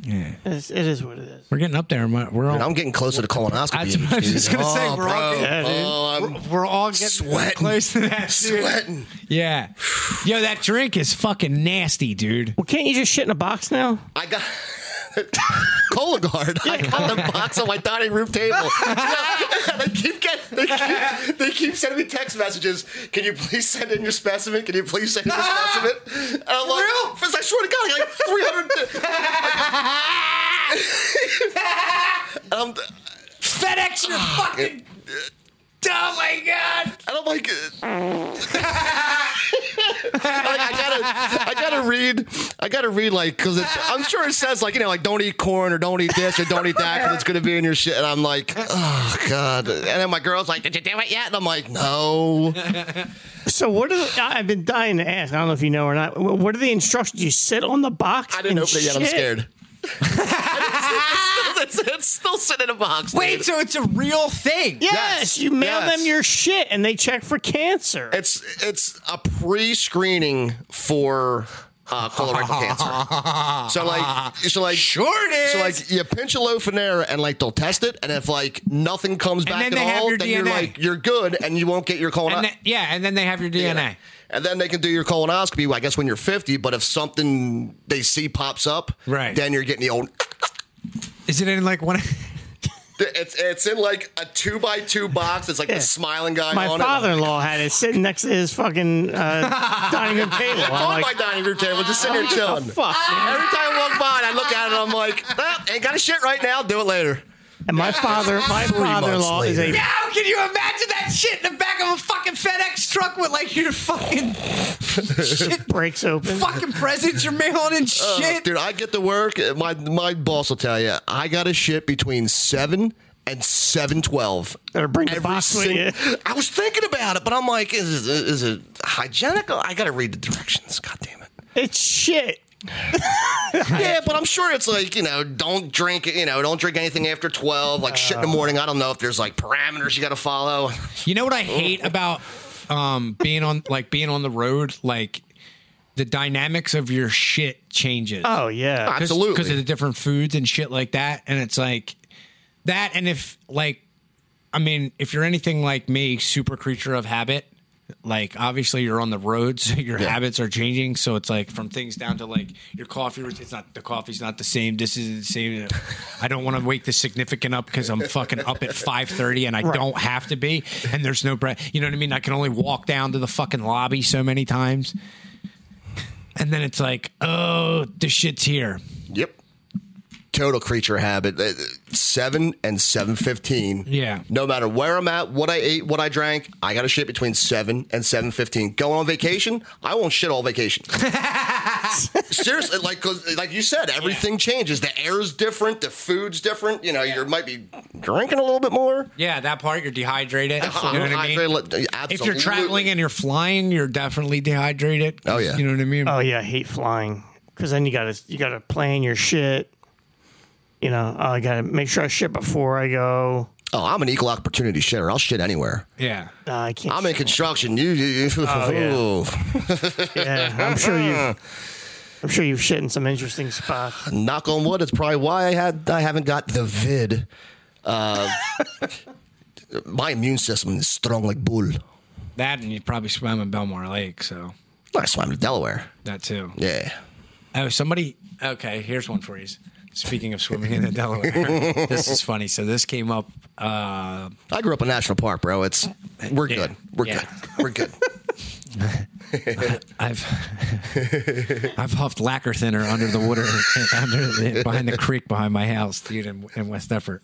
Yeah. It's, it is what it is. We're getting up there. We're we're all, I'm getting closer to colonoscopy. That's what I was just gonna say, Oh, we're all bro. getting- Yeah, dude. Oh, I'm we're all getting Sweating. close to that. dude. sweating. Yeah. Yo, that drink is fucking nasty, dude. Well, can't you just shit in a box now? I got Cologuard. I got the box on my dining room table. they keep getting, they keep, they keep sending me text messages. Can you please send in your specimen? Can you please send in your specimen? And I'm like, real? I swear to God, I got like 300. and, I'm, and FedEx, you're fucking. Oh my god! I'm like, I, I gotta, I gotta read, I gotta read like, cause it, I'm sure it says like, you know, like don't eat corn or don't eat this or don't eat that, cause it's gonna be in your shit. And I'm like, oh god. And then my girl's like, did you do it yet? And I'm like, no. So what are the, I- I've been dying to ask. I don't know if you know or not. Wh- What are the instructions? You sit on the box. I didn't and open it yet. I'm shit? scared. it's, still, it's still sitting in a box. dude. Wait, so it's a real thing? Yes, Yes, you mail yes. them your shit and they check for cancer. it's it's a pre-screening for uh, colorectal cancer. So like, so like, Sure it is. So like you pinch a loaf of nair and like they'll test it and if like nothing comes back then they at have all, your then you're DNA. like you're good and you won't get your colon. and then, yeah, and then they have your DNA. And then they can do your colonoscopy. I guess when you're 50, but if something they see pops up, Right. then you're getting the old. Is it in like one? It's it's in like a two by two box. It's like Yeah. the smiling guy. my on It. father-in-law had it sitting next to his fucking uh, dining room table. It's I'm on like, my dining room table, just sitting here "What chilling. the fuck. man?" Every time I walk by, and I look at it, I'm like, ah, ain't got a shit right now. Do it later. And my father, my Three months father-in-law is a later. How can you imagine that shit in the back of a fucking FedEx truck with like your fucking shit, breaks open. fucking presents you're mailing and Oh, shit? dude. I get to work. My my boss will tell you I got a shit between seven and seven twelve. Better bring the box with you. I was thinking about it, but I'm like, is it, is it hygienic? I got to read the directions. God damn it! It's shit. Yeah, but I'm sure it's like, you know, don't drink, you know, don't drink anything after 12, like shit in Uh. the morning. I don't know if there's like parameters you got to follow. You know what I hate about um, being on like being on the road, like the dynamics of your shit changes. Oh yeah. Absolutely. because of the different foods and shit like that. And it's like that. And if like, I mean, if you're anything like me, super creature of habit, like obviously you're on the road, so your habits are changing. So it's like from things down to like your coffee. rout- It's not the coffee's not the same. This is the same. I don't want to wake the significant up because I'm fucking up at five thirty and I don't have to be. And there's no breath. You know what I mean? I can only walk down to the fucking lobby so many times. And then it's like, oh, the shit's here. Yep. Total creature habit. Uh, Seven and seven fifteen. Yeah. No matter where I'm at, what I ate, what I drank, I got to shit between seven and seven fifteen. Going on vacation, I won't shit all vacation. Seriously, like 'cause, like you said, everything changes. The air's different, the food's different. You know, you might be drinking a little bit more. Yeah, that part you're dehydrated. You know what I mean? Absolutely. If you're traveling and you're flying, you're definitely dehydrated. Oh, yeah. you know what I mean. Oh yeah. I hate flying because then you gotta you gotta plan your shit. You know, oh, I gotta make sure I shit before I go. oh, I'm an equal opportunity shitter. I'll shit anywhere. yeah, No, Ah, I can't. I'm in construction. You, you- Oh, yeah, I'm sure you. I'm sure you've shit in some interesting spots. knock on wood, it's probably why I had I haven't got the vid. Uh, my immune system is strong like bull. that and you probably swam in Belmar Lake, so I swam to Delaware. that too. Yeah. Oh, somebody. Okay, here's one for you. Speaking of swimming in the Delaware, this is funny. So this came up. Uh, I grew up in National Park, bro. It's we're Yeah. good. We're Yeah. good. We're good. I've I've huffed lacquer thinner under the water under the, behind the creek behind my house, dude, in, in West Effort,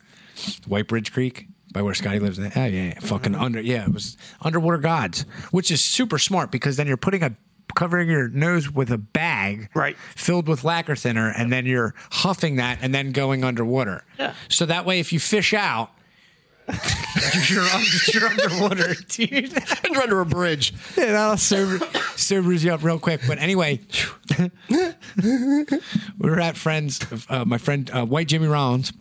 White Bridge Creek, by where Scotty lives. now. Oh yeah, yeah, fucking under. Yeah, it was underwater gods, which is super smart because then you're putting a covering your nose with a bag, Right. filled with lacquer thinner, and then you're huffing that and then going underwater. Yeah. So that way, if you fish out. you're, under, you're underwater, dude. You're under a bridge. Yeah, that'll sober, sobers you up real quick. But anyway, we were at friends. Uh, my friend uh, White Jimmy Rollins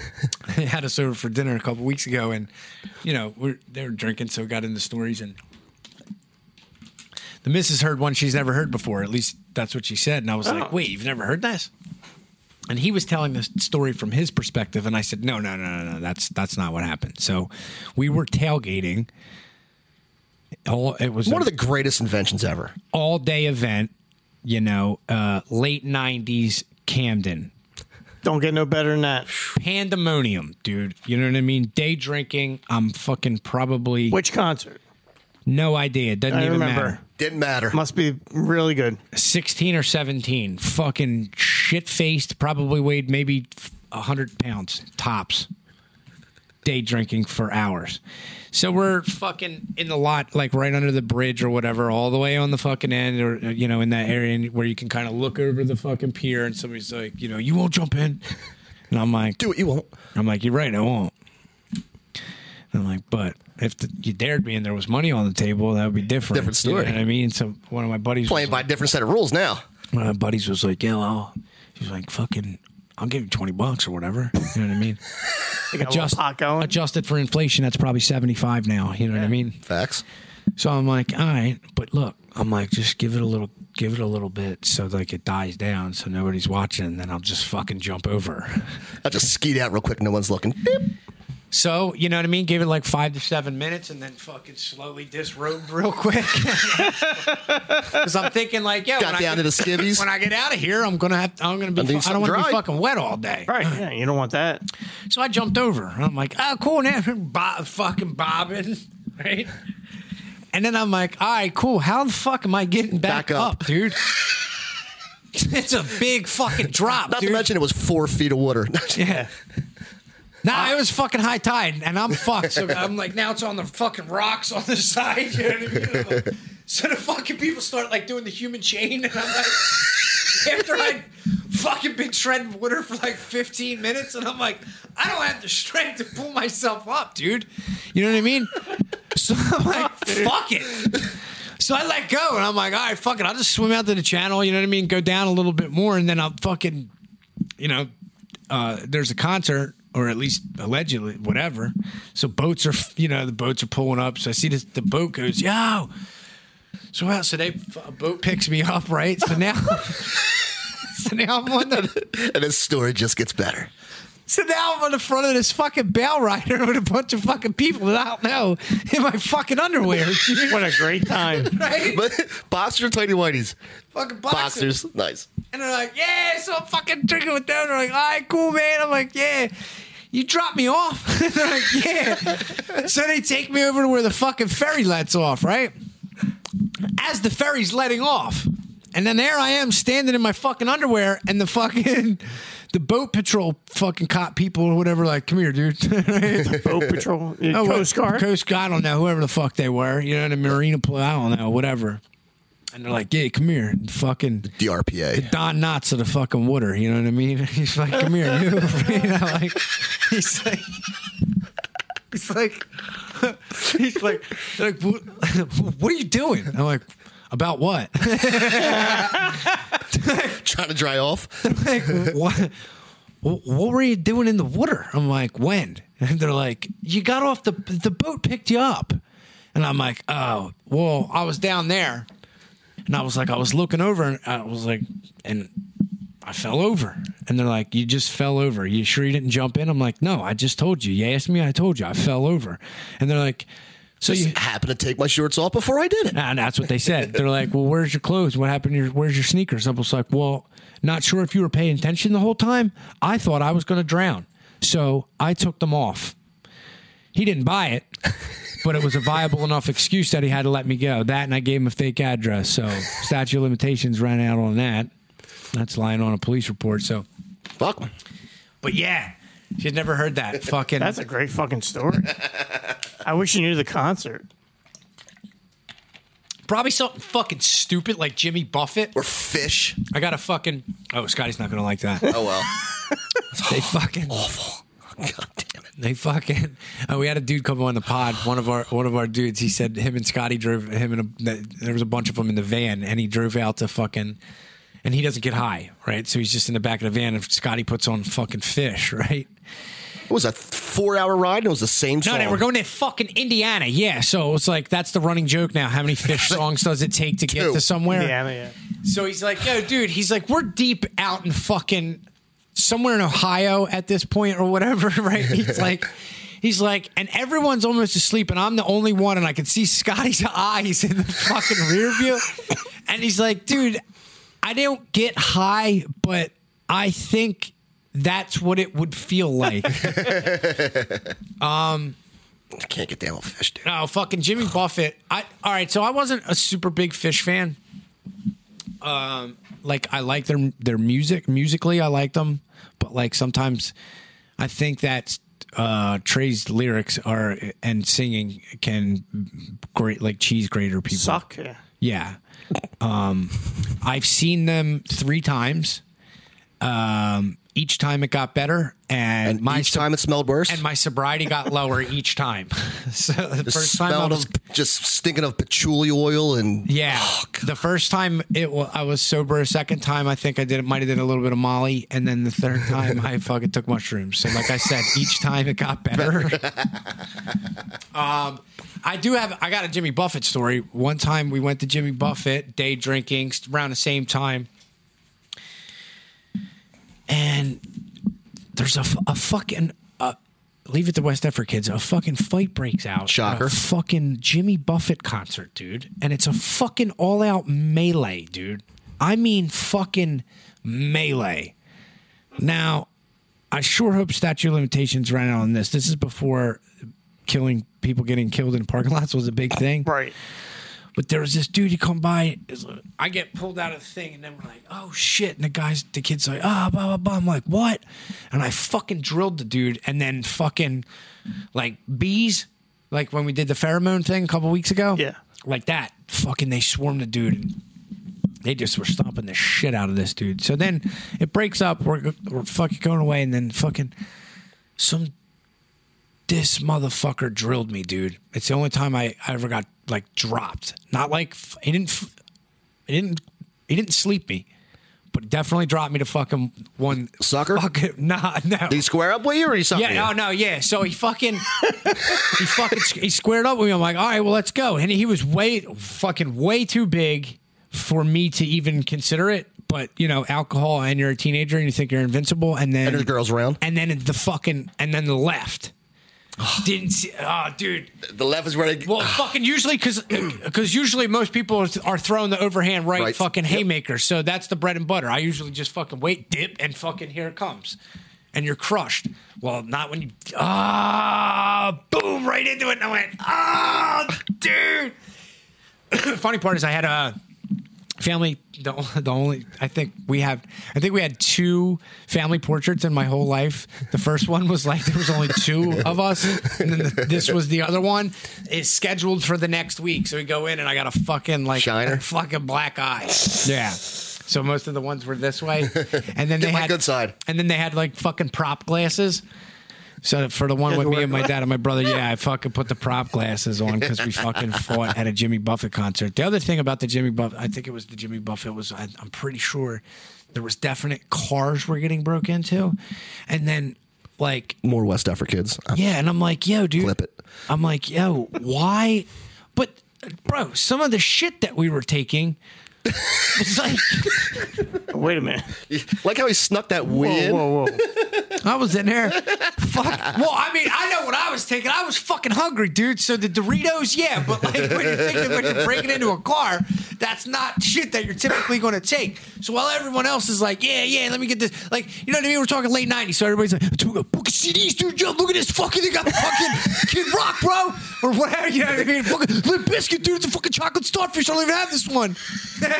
had us over for dinner a couple weeks ago, and you know we're they were drinking, so we got into stories. And the missus heard one she's never heard before. At least that's what she said. And I was Oh. like, "Wait, you've never heard this?" and he was telling the story from his perspective and i said no no no no no that's that's not what happened so we were tailgating all it was One an of the greatest inventions ever. all day event you know uh late 90s camden Don't get no better than that. pandemonium dude you know what i mean day drinking i'm fucking probably Which concert? no idea it doesn't I even remember. matter Didn't matter. Must be really good. 16 or 17 fucking shit faced probably weighed maybe 100 pounds tops day drinking for hours so we're fucking in the lot like right under the bridge or whatever all the way on the fucking end or uh, you know in that area where you can kind of look over the fucking pier and somebody's like you know you won't jump in and i'm like Do what you want. I'm like, you're right, I won't. And I'm like, but if the, you dared me and there was money on the table, that would be different. Different You know story. what I mean? So one of my buddies, was Playing by a different set of rules now. one of my buddies was like, yeah, well, he's like, fucking, I'll give you 20 bucks or whatever. You know what I mean? They got a little pot going. adjusted for inflation, that's probably 75 now. You know what I mean? Facts. So I'm like, all right, but look, I'm like, just give it a little, give it a little bit so like it dies down so nobody's watching and then I'll just fucking jump over. I just skied out real quick. No one's looking. So you know what I mean? Give it like five to seven minutes, and then fucking slowly disrobed real quick. Because I'm thinking like, yeah, Got when, down I to the get, skivvies. when I get out of here, I'm gonna have, I'm gonna be, I need I don't want to be something dry. fucking wet all day. Right. Yeah, you don't want that. So I jumped over. And I'm like, oh, cool. Now bob, fucking bobbing, right? And then I'm like, all right, cool. How the fuck am I getting back, Back up. up. dude? it's a big fucking drop, Not dude. to mention it was four feet of water. Yeah. Nah, it was fucking high tide, and I'm fucked. So I'm like, now it's on the fucking rocks on the side. You know what I mean? So the fucking people start like doing the human chain, and I'm like, after I fucking been treading water for like 15 minutes, and I'm like, I don't have the strength to pull myself up, dude. You know what I mean? So I'm like, fuck it. So I let go, and I'm like, all right, fuck it. I'll just swim out to the channel. You know what I mean? Go down a little bit more, and then I'll fucking, you know, uh, there's a concert, or at least allegedly, whatever. So boats are, you know, the boats are pulling up. So I see this, the boat goes, yo. So wow, so they a boat picks me up, right? So now, so now I'm on the and his story just gets better. so now I'm on the front of this fucking bell rider with a bunch of fucking people that I don't know in my fucking underwear. dude, What a great time. Right? But boxers or tighty whities? fucking boxers. Boxers. Nice. And they're like, yeah, so I'm fucking drinking with them. They're like, all right, cool, man. I'm like, yeah. You drop me off. they're like, yeah. so they take me over to where the fucking ferry lets off, right? As the ferry's letting off. And then there I am standing in my fucking underwear and the fucking the boat patrol fucking cop people or whatever, like, come here, dude. Boat Patrol, uh, Oh, Coast well, Guard. Coast Guard, I don't know, whoever the fuck they were. You know, the Marina, Pl- I don't know, whatever. And they're like, yeah, come here. And fucking DRPA. Don Knotts of the fucking water. You know what I mean? He's like, come here. You know, like, he's like, he's like, he's like, they're like what, what are you doing? I'm like, about what? Trying to dry off. like, what? wh- What were you doing in the water? I'm like, when? And they're like, you got off the the boat, picked you up, and I'm like, oh, well, I was down there, and I was like, I was looking over, and I was like, and I fell over, and they're like, you just fell over. You sure you didn't jump in? I'm like, no, I just told you. You asked me, I told you, I fell over, and they're like, so you. Happened to take my shorts off before I did it. And that's what they said. They're like, "Well, where's your clothes? What happened? To your, where's your sneakers?" I was like, "Well, not sure if you were paying attention the whole time. I thought I was going to drown, so I took them off." He didn't buy it, but it was a viable enough excuse that he had to let me go. That, and I gave him a fake address, so statute of limitations ran out on that. That's lying on a police report. So, Fuck. but yeah, she's never heard that fucking. That's a great fucking story. I wish you knew the concert. probably something fucking stupid like Jimmy Buffett. Or fish. I got a fucking. Oh, Scotty's not going to like that. Oh well. They fucking Awful. God damn it. They fucking. Uh, we had a dude come on the pod. One of our one of our dudes. He said him and Scotty drove him and a, there was a bunch of them in the van, and he drove out to fucking. And he doesn't get high, right? So he's just in the back of the van, and Scotty puts on fucking fish, right? It was a four-hour ride, and it was the same No, song. they were going to fucking Indiana, yeah. So it's like that's the running joke now. How many fish songs does it take to get Two. to somewhere? Yeah, yeah. So he's like, yo, dude, he's like, we're deep out in fucking somewhere in Ohio at this point or whatever, right? He's like, he's like, and everyone's almost asleep, and I'm the only one, and I can see Scotty's eyes in the fucking rear view. And he's like, dude, I don't get high, but I think that's what it would feel like. I can't get down with fish, dude. No, Oh, fucking Jimmy Buffett. I all right. So I wasn't a super big Fish fan. Um, like I like their their music musically. I like them, but like sometimes I think that uh, Trey's lyrics are and singing can great like cheese grater people. Suck. Yeah. Yeah. Um, I've seen them three times. Um, each time it got better, and, And my each sob- time it smelled worse. and my sobriety got lower each time. so the It first time I smelled was of just stinking of patchouli oil and yeah. the first time it wa I was sober. A second time, I think I did. Might have did a little bit of Molly, and then the third time, I fucking took mushrooms. So, like I said, each time it got better. um, I do have. I got a Jimmy Buffett story. One time we went to Jimmy Buffett day drinking around the same time, and there's a, f- a fucking. Uh, Leave it to West Effort kids. A fucking fight breaks out. at a Shocker. fucking Jimmy Buffett concert, dude. And it's a fucking all out melee, dude. I mean, fucking melee. Now, I sure hope statute of limitations ran out on this. This is before killing people getting killed in parking lots was a big thing. Right. But there was this dude who come by. is like- I get pulled out of the thing, and then we're like, "Oh shit!" And the guys, the kids, like, "Ah, blah blah blah." I'm like, "What?" And I fucking drilled the dude, and then fucking like bees, like when we did the pheromone thing a couple weeks ago, Yeah. like that. Fucking, they swarmed the dude, and they just were stomping the shit out of this dude. So then it breaks up. We're we're fucking going away, and then fucking some this motherfucker drilled me, dude. It's the only time I, I ever got like dropped. Not like f- he didn't, f- he didn't, he didn't sleep me, but definitely dropped me to fucking one Sucker? Fucking, nah, no. Did he square up with you or he something? Yeah, oh no, yeah. So he fucking he fucking he squared up with me. I'm like, all right, well, let's go. And he was way fucking way too big for me to even consider it. But you know, alcohol, and you're a teenager, and you think you're invincible, and then And there's girls around. and then the fucking, and then the left. Didn't see, oh, dude. The left is where they. Well, fucking usually because usually most people are throwing the overhand right, Right. fucking Yep. haymaker. So that's the bread and butter. I usually just fucking wait, dip, and fucking here it comes, and you're crushed. Well, not when you ah boom right into it, and I went ah dude. Funny part is I had a family the, on- the only i think we have i think we had two family portraits in my whole life the first one was like there was only two of us and then the, this was the other one it's scheduled for the next week so we go in and i got a fucking like Shiner? a fucking black eye yeah so most of the ones were this way and then they my had good side. and then they had like fucking prop glasses so for the one with me and my dad and my brother, yeah, I fucking put the prop glasses on because we fucking fought at a Jimmy Buffett concert. The other thing about the Jimmy Buffett, I think it was the Jimmy Buffett was, I, I'm pretty sure there was definite cars were getting broke into, and then like More West Africa kids. I'm yeah, and I'm like, yo, dude. Flip it. I'm like, yo, why? But, bro, some of the shit that we were taking was like, Wait a minute. Like how he snuck that win. Whoa, whoa. I was in there. Fuck. Well, I mean, I know what I was taking. I was fucking hungry, dude. So the Doritos, yeah, but like when you're thinking when you're breaking into a car, that's not shit that you're typically going to take. So while everyone else is like, yeah, yeah, let me get this, like, you know what I mean? We're talking late '90s, so everybody's like, "Dude, book of CDs, dude. Yo, look at this fucking. They got fucking Kid Rock, bro, or whatever. You know what I mean? Fucking Limp Biscuit, dude. It's a fucking chocolate starfish. I don't even have this one. and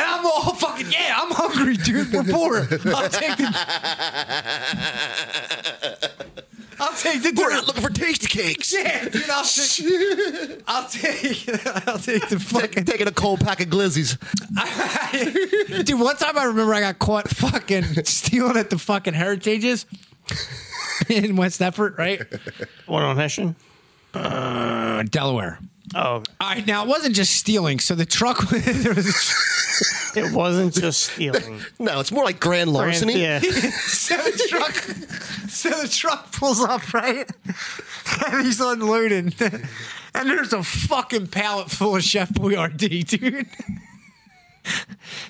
I'm all fucking yeah. I'm hungry, dude. We're poor. I'll take the I'll take the We're not looking for tasty cakes. Yeah, dude, I'll take, I'll take, I'll take the Fucking fucking. taking a cold pack of glizzies. dude, one time I remember I got caught fucking stealing at the fucking Heritages in West Effort, right? One on Hessian? Uh, Delaware. Oh, All right, now it wasn't just stealing. So the truck, there was a, it wasn't just stealing. No, it's more like grand larceny. Yeah. so the truck, so the truck pulls up, right? And he's unloading, and there's a fucking pallet full of Chef Boyardee, dude.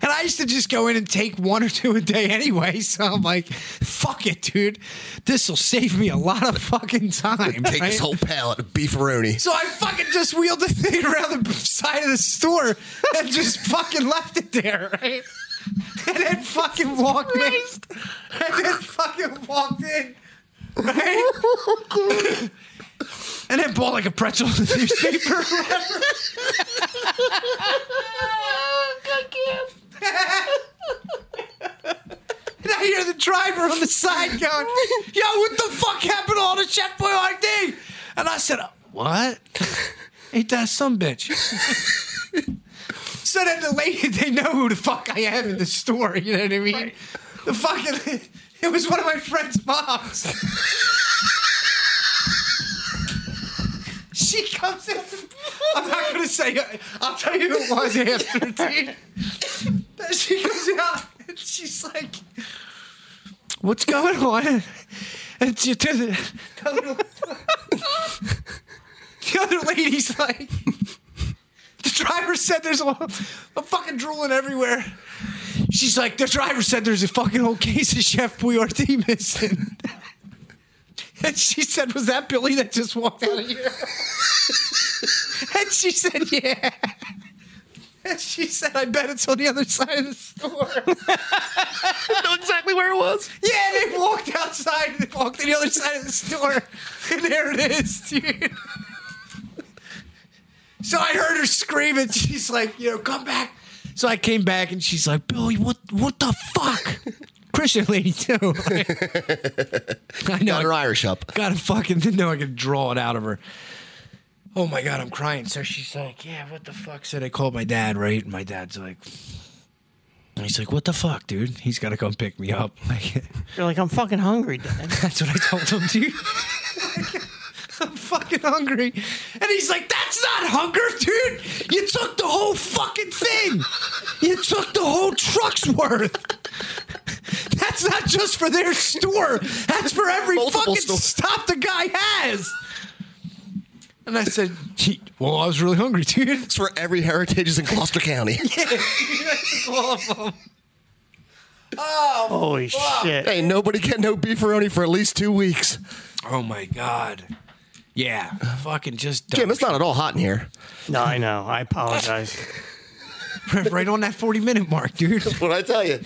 And I used to just go in and take one or two a day anyway. So I'm like, fuck it, dude. This will save me a lot of fucking time. Take right? this whole pallet of beefaroni. So I fucking just wheeled the thing around the side of the store and just fucking left it there, right? And then fucking walked in. And then fucking walked in. Right? and then bought like a pretzel in the newspaper. or whatever. and I hear the driver on the side going, Yo, what the fuck happened to all the Chef Boyardee? And I said, What? Ain't that some bitch? so then the lady, they know who the fuck I am in the store. You know what I mean? The fucking, it was one of my friend's moms. She comes in. I'm not gonna say. it. I'll tell you who it was after, dude. But she comes out and she's like, "What's going on?" And she, to the, the, other, the other lady's like, "The driver said there's a, a fucking drooling everywhere." She's like, "The driver said there's a fucking whole case of Chef Boyardee missing." And she said, "Was that Billy that just walked out of here?" and she said, "Yeah." And she said, "I bet it's on the other side of the store." know exactly where it was. yeah, and they walked outside and they walked to the other side of the store, and there it is, dude. So I heard her scream, and she's like, "You know, come back." So I came back, and she's like, "Billy, what, what the fuck?" Christian lady too. I know. Got her Irish up. Gotta fucking didn't know I could draw it out of her. Oh my god, I'm crying. So she's like, Yeah, what the fuck? So they called my dad, right? And my dad's like and he's like, What the fuck, dude? He's gotta come pick me up. Like You're like, I'm fucking hungry, Dad. that's what I told him, dude. I'm fucking hungry. And he's like, that's not hunger, dude. You took the whole fucking thing. You took the whole truck's worth. That's not just for their store. That's for every Multiple fucking stores. stop the guy has. And I said, "Gee, well, I was really hungry, dude. It's for every heritage is in Gloucester County. Holy shit. hey, nobody get no beefaroni for at least two weeks. Oh my god. Yeah. Fucking just dumb Jim, it's not at all hot in here. No, I know. I apologize. shit. right on that 40 minute mark, dude. What I tell you?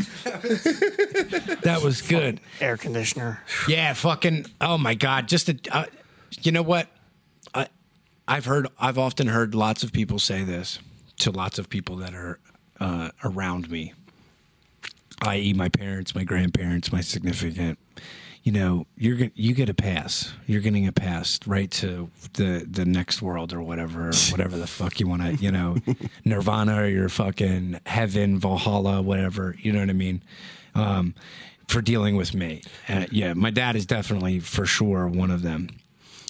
That was good. Air conditioner. Yeah, fucking. Oh my god! Just a, uh, you know what? I, I've heard. I've often heard lots of people say this to lots of people that are uh, around me, i.e., E, my parents, my grandparents, my significant. You know, you're gon- you get a pass. You're getting a pass right to the the next world or whatever, or whatever the fuck you want to. You know, Nirvana or your fucking heaven, Valhalla, whatever. You know what I mean? Um, for dealing with me. Uh, yeah, my dad is definitely for sure one of them.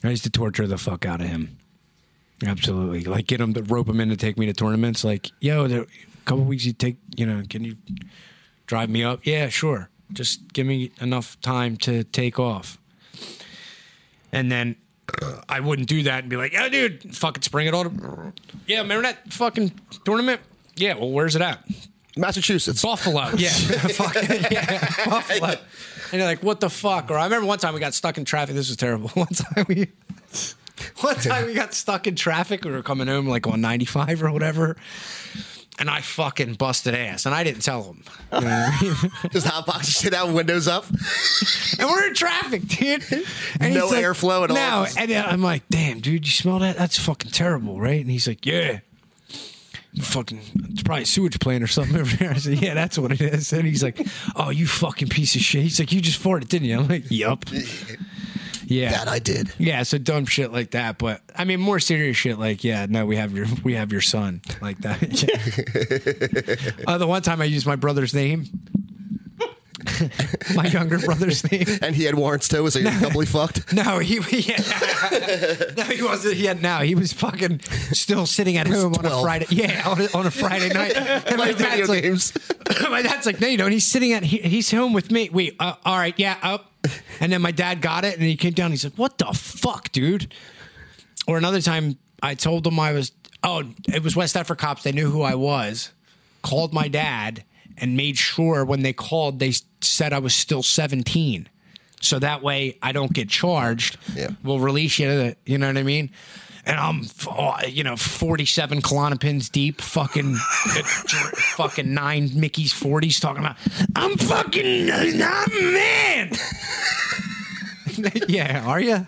I used to torture the fuck out of him. Absolutely, like get him to rope him in to take me to tournaments. Like, yo, there, a couple weeks you take, you know, can you drive me up? Yeah, sure. Just give me enough time to take off. And then I wouldn't do that and be like, yeah, dude, fucking spring it on. Yeah, remember that fucking tournament? Yeah, well, where's it at? Massachusetts. Buffalo. Yeah. Fuck, yeah. Buffalo. And you're like, what the fuck? Or I remember one time we got stuck in traffic. This was terrible. One time we one time we got stuck in traffic. We were coming home like on 95 or whatever. And I fucking busted ass. And I didn't tell him. Just hot box shit out, windows up. and we're in traffic, dude. And No he's like, airflow at all. No, and then I'm like, damn, dude, you smell that? That's fucking terrible, right? And he's like, yeah. Fucking, it's probably a sewage plant or something over there. I said, yeah, that's what it is. And he's like, oh, you fucking piece of shit. He's like, you just farted, didn't you? I'm like, yup. Yeah. That I did. Yeah, so dumb shit like that, but I mean more serious shit like yeah, no, we have your we have your son like that. uh, the one time I used my brother's name, my younger brother's name. And he had warrants too, so you're doubly fucked. No, he yeah. no, he wasn't. Yeah, no, he was fucking still sitting at home on a 12. Friday. Yeah, on a, on a Friday night. And my Playing video dad's like, games. my dad's like, no, you don't. He's sitting at he, he's home with me. Wait, uh, all right, yeah, up. And then my dad got it, and he came down. He's like, what the fuck, dude? Or another time, I told him I was. Oh, it was West Effort cops. They knew who I was. Called my dad and made sure when they called, they s- said I was still seventeen. So that way, I don't get charged. Yeah. We'll release you. To the, you know what I mean? And I'm, f- oh, you know, 47 Klonopins deep, fucking, dr- fucking nine Mickey's 40s talking about, I'm fucking, not man. yeah, are you?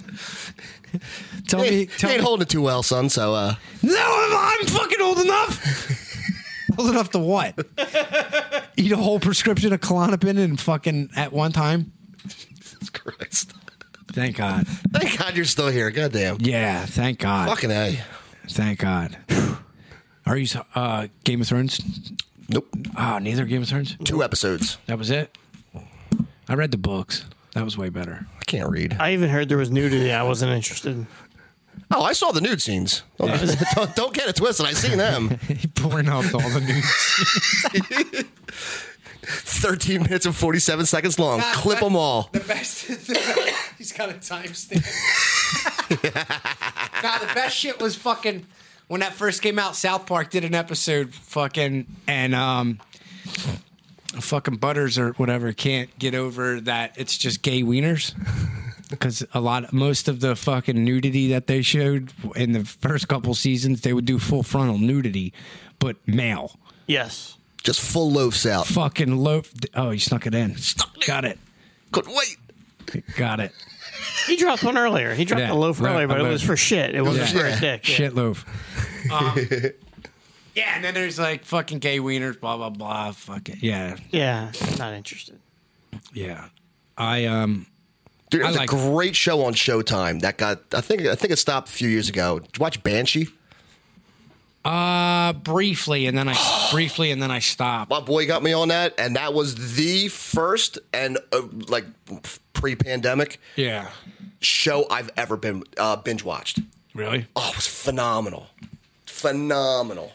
Tell Hey, me, you tell ain't me. holding it too well, son. So, uh, no, I'm, I'm fucking old enough. old enough to what? Eat a whole prescription of Klonopin and fucking at one time? Jesus Christ. Thank God. Thank God you're still here. Goddamn. Yeah, thank God. Fucking a. Thank God. Are you uh, Game of Thrones? Nope. Ah, neither Game of Thrones. Two episodes. That was it. I read the books. That was way better. I can't read. I even heard there was nudity. I wasn't interested. Oh, I saw the nude scenes. Don't, don't, don't get it twisted. I seen them. Pouring out all the news. 13 minutes and 47 seconds long. Clip them all. The best. he's got a timestamp. now the best shit was fucking when that first came out. South Park did an episode, fucking, and um, fucking Butters or whatever can't get over that it's just gay wieners. Because a lot, most of the fucking nudity that they showed in the first couple seasons, they would do full frontal nudity, but male Yes. Just full loafs out. fucking loaf. Oh, you snuck it in. Got it. Couldn't wait. Got it. He dropped one earlier. He dropped Yeah, a loaf right, earlier, but a it loaf. was for shit. It wasn't Yeah. for a dick. Shit loaf. yeah, and then there's like fucking gay wieners, blah blah blah. Fuck it. Yeah, Yeah. Not interested. yeah. I um. Dude, I it was like- a great show on Showtime. That got I think I think it stopped a few years ago. Did you watch Banshee? Uh, briefly, and then I briefly, and then I stopped. My boy got me on that, and that was the first and uh, like pre-pandemic Yeah, show I've ever been uh, binge watched. Really? Oh, it was phenomenal, phenomenal.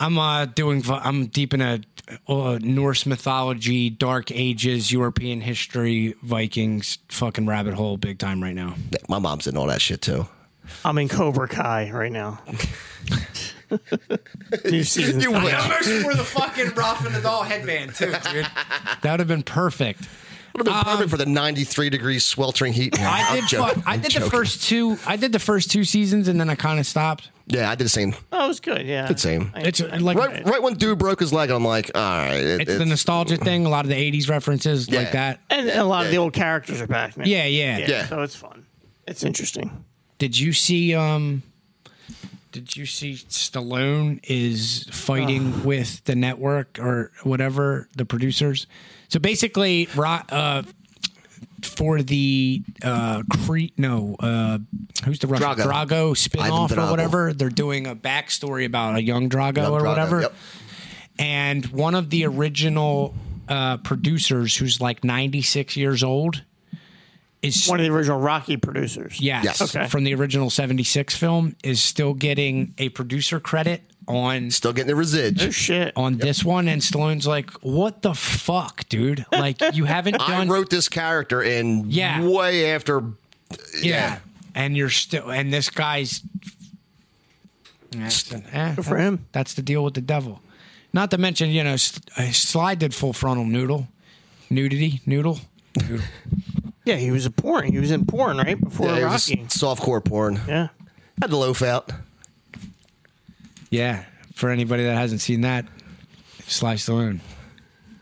I'm uh, doing. I'm deep in a uh, Norse mythology, Dark Ages, European history, Vikings, fucking rabbit hole, big time right now. Yeah, My mom's in all that shit too. I'm in Cobra Kai right now. New season. You would. Would've for the fucking Ruff and the doll headband too, dude. That would have been perfect. been perfect for the 93 degree sweltering heat. Um, I did. joking. fu- I I'm did the joking. first two. I did the first two seasons, and then I kind of stopped. Yeah, I did the same. That was Oh, good. Yeah. Good same. I- It's I- like Right, right when dude broke his leg, I'm like, all right, it- it's, the it's- nostalgia thing. A lot of the '80s references Yeah. like that. And a lot of the Yeah. old characters are back now. Yeah, yeah, Yeah. So it's fun. It's interesting. Did you see? Um, did you see Stallone is fighting with the network or whatever the producers? So basically, Ro- uh, for the uh, Crete, no, uh, who's the Russian Drago. Drago, spinoff Ivan Drago. or whatever? They're doing a backstory about a young Drago Young or Drago, whatever yep. and one of the original uh, producers who's like 96 years old is One of the original Rocky producers. yes, Yes. Okay. from the original 76 film is still getting a producer credit on Still getting the Oh residge. shit. on this one and Stallone's like what the fuck dude like you haven't I done wrote this character in Yeah. way after yeah and you're still and this guy's that's, eh, for him. that's the deal with the devil not to mention you know S- uh, Sly did full frontal noodle nudity noodle noodle Yeah, he was a porn. He was in porn right before yeah, uh, it was Rocky. softcore porn. Yeah. Had the loaf out. Yeah, for anybody that hasn't seen that, Sly Stallone,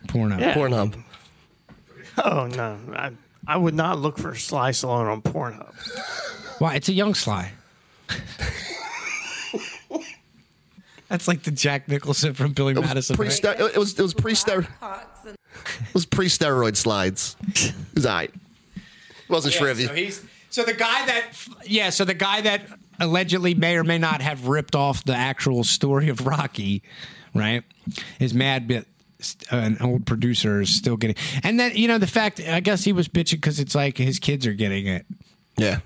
porno. Yeah. Pornhub. Oh no, I, I would not look for Sly Stallone on Pornhub. Why? It's a young Sly. That's like the Jack Nicholson from Billy Madison. Pre right? it was it was pre steroid it was pre steroid slides. It was all right. Wasn't sure if so you he's so the guy that yeah, so the guy that allegedly may or may not have ripped off the actual story of Rocky, right, is mad bit. An old producer is still getting, and then you know the fact. I guess he was bitching because it's like his kids are getting it. Yeah.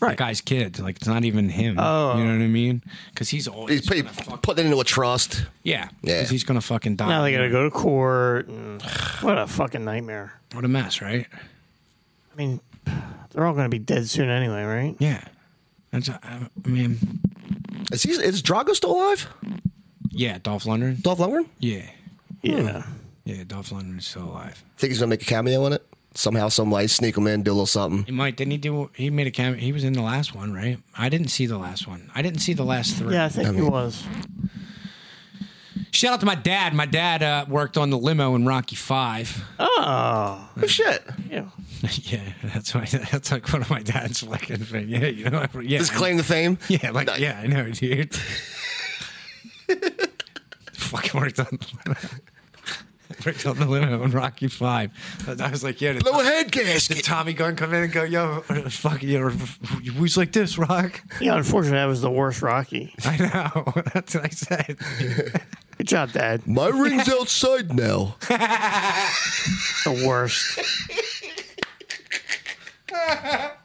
the guy's kids. Like it's not even him. Oh. You know what I mean? Because he's always He's put, gonna fuck- put it into a trust. yeah. Yeah. 'Cause he's gonna fucking die. Now they got to go to court. And what a fucking nightmare. what a mess, right? I mean, they're all going to be dead soon anyway, right? Yeah. That's. I, I mean, Is he is Drago still alive? yeah, Dolph Lundgren. Dolph Lundgren? I Yeah, Yeah. yeah, Dolph Lundgren's still alive. think he's gonna make a cameo in it. Somehow, some way, sneak him in, do a little He something. might didn't he do? He made a cameo. He was in the last one, right? I didn't see the last one. I didn't see the last three. Yeah, I think he was. Shout out to my dad. My dad uh, worked on the limo in Rocky Five. Oh, Oh shit. yeah. yeah, that's why. That's like one of my dad's fucking thing. Yeah, you know. Yeah, Just claim the fame. Yeah, like Nice. yeah, I know, dude. Fucking worked on worked on the limo on Rocky Five. And I was like, yeah. Did, Blow a head did gasket. Tommy Gunn come in and go, yo, fuck you, know, who's like this, Rock? Yeah, unfortunately, that was the worst Rocky. I know. That's what I said. Good job, Dad. My ring's outside now. The worst.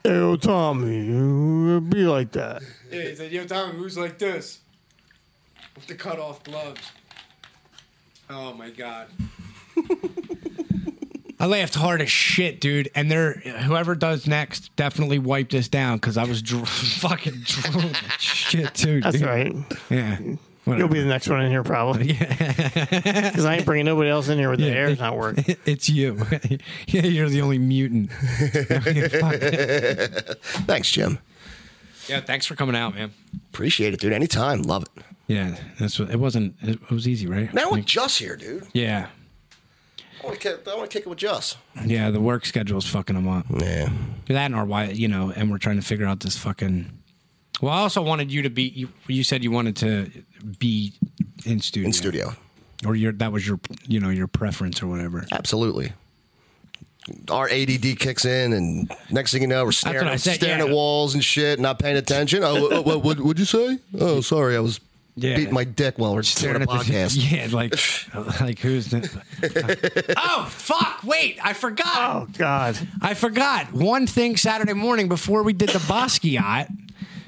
Hey, Tommy, you be like that. Yeah, he said, yo, Tommy, who's like this? With the cut off gloves. Oh my god. I laughed hard as shit, dude. And they're whoever does next, definitely wipe this down because I was dro- fucking drooling shit too. Dude. That's right. Yeah. You'll Whatever. be the next one in here, probably. Because I ain't bringing nobody else in here where the Yeah. air's not working. It's you. yeah, you're the only mutant. Thanks, Jim. yeah, thanks for coming out, man. Appreciate it, dude. Anytime. Love it. Yeah, that's what it wasn't. It was easy, right? Man, I want Just here, dude. yeah, I want to kick, I want to kick it with Just. yeah. The work schedule's fucking them up. Yeah. That and our why, you know, and we're trying to figure out this fucking. Well, I also wanted you to be. You, you said you wanted to be in studio, In studio. or your that was your, you know, your preference or whatever. Uh, Absolutely. Our ADD kicks in, and next thing you know, we're staring, what I said, staring yeah. at walls and shit, not paying attention. Oh, what, what, what, would you say? Oh, sorry, I was Yeah. beating my dick while we're Staring doing at a the- podcast. yeah, like, like who's the? oh fuck! Wait, I forgot. Oh God. I forgot one thing Saturday morning before we did the Basquiat.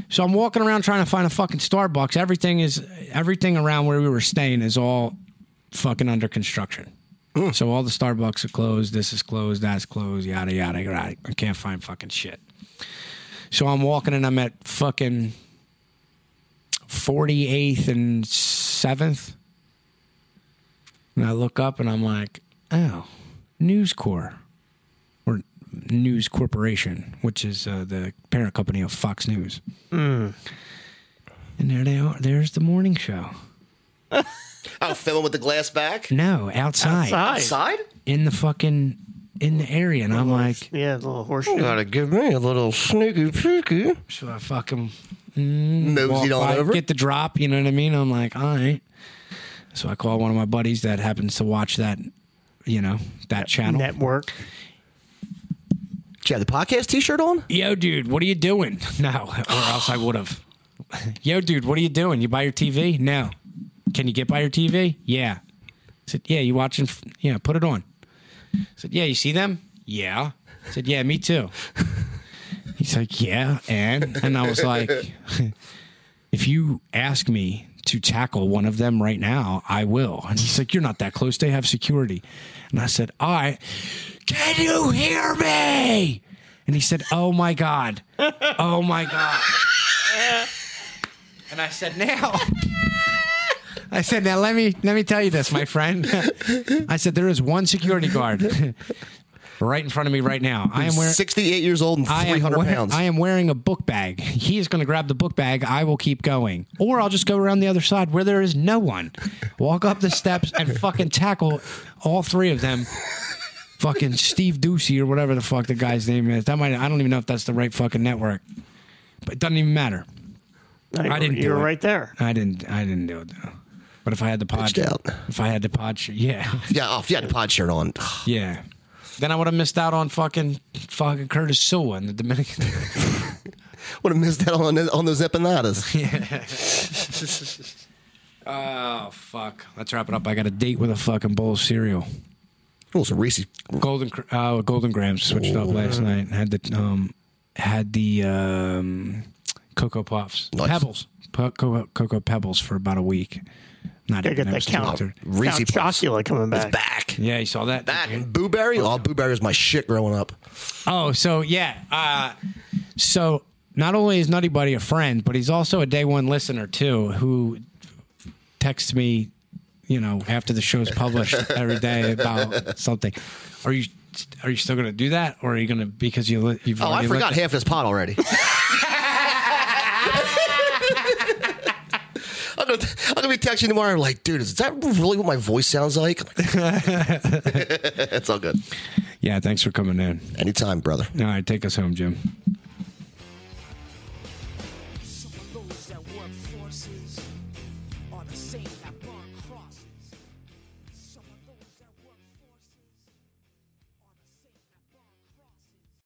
So I'm walking around trying to find a fucking Starbucks. Everything is everything around where we were staying is all fucking under construction. So all the Starbucks are closed. This is closed. That's closed. Yada yada yada. I can't find fucking shit. So I'm walking and I'm at fucking 48th and 7th. And I look up and I'm like, oh, News Corps or News Corporation, which is uh, the parent company of Fox News. And there they are. There's the morning show. I'm filming with the glass back. No, outside, Outside. Side? in the fucking in the area, and I'm like, Yeah, the little horseshoe. give me a little sneaky peeky. so I fucking Nosy walk on by, over. get the drop. You know what I mean? I'm like, all right. So I call one of my buddies that happens to watch that, you know, that channel. Network. Do you have the podcast T-shirt on? Yo, dude, what are you doing? No, or else I would have. Yo, dude, what are you doing? You buy your TV? No. Can you get by your TV? Yeah. I said, yeah, you watching? f- Yeah, put it on. I said, yeah, you see them? Yeah. I said, yeah, me too. He's like, yeah, and and I was like, if you ask me to tackle one of them right now, I will. And he's like, you're not that close. They have security. And I said, all right, can you hear me? And he said, oh my god, oh my god. And I said, now. I said, now let me let me tell you this, my friend. I said there is one security guard right in front of me right now. I am wearing 68 years old and I am, 300 wear- pounds. I am wearing a book bag. He is going to grab the book bag. I will keep going. Or I'll just go around the other side where there is no one. Walk up the steps and fucking tackle all three of them. Fucking Steve Ducey or whatever the fuck the guy's name is. That might I don't even know if that's the right fucking network. But it doesn't even matter. No, I didn't You do were it. right there. I didn't I didn't do it though. But if I had the pod Pitched out. if I had the pod sh- yeah. yeah, oh, if you had the pod shirt on. Yeah. Then I would have missed out on fucking fucking Curtis Sewell and the Dominican Would have missed that on, on those empanadas. Oh fuck! Let's wrap it up. I got a date with a fucking bowl of cereal. oh, some Reese's. Golden Cr- uh, Golden Grams switched up last night. Had the um, had the um, cocoa puffs, Nice. pebbles, Pe- co- cocoa pebbles for about a week. Not Gotta even get that was count. doctored. Reese Count Puffs. Chocula coming back. Back. Yeah, you saw that. Back. And Booberry? Oh, Booberry was my shit growing up. Oh, so yeah. Uh, so not only is Nutty Buddy a friend, but he's also a day one listener too, who texts me, you know, after the show's published every day about something. Are you are you still going to do that, or are you going to because you li- you've Oh, I already forgot looked- half this pot already. I'm gonna, I'm gonna be texting tomorrow. Like, dude, is that really what my voice sounds like? it's all good. Yeah, thanks for coming in. Anytime, brother. All right, take us home, Jim.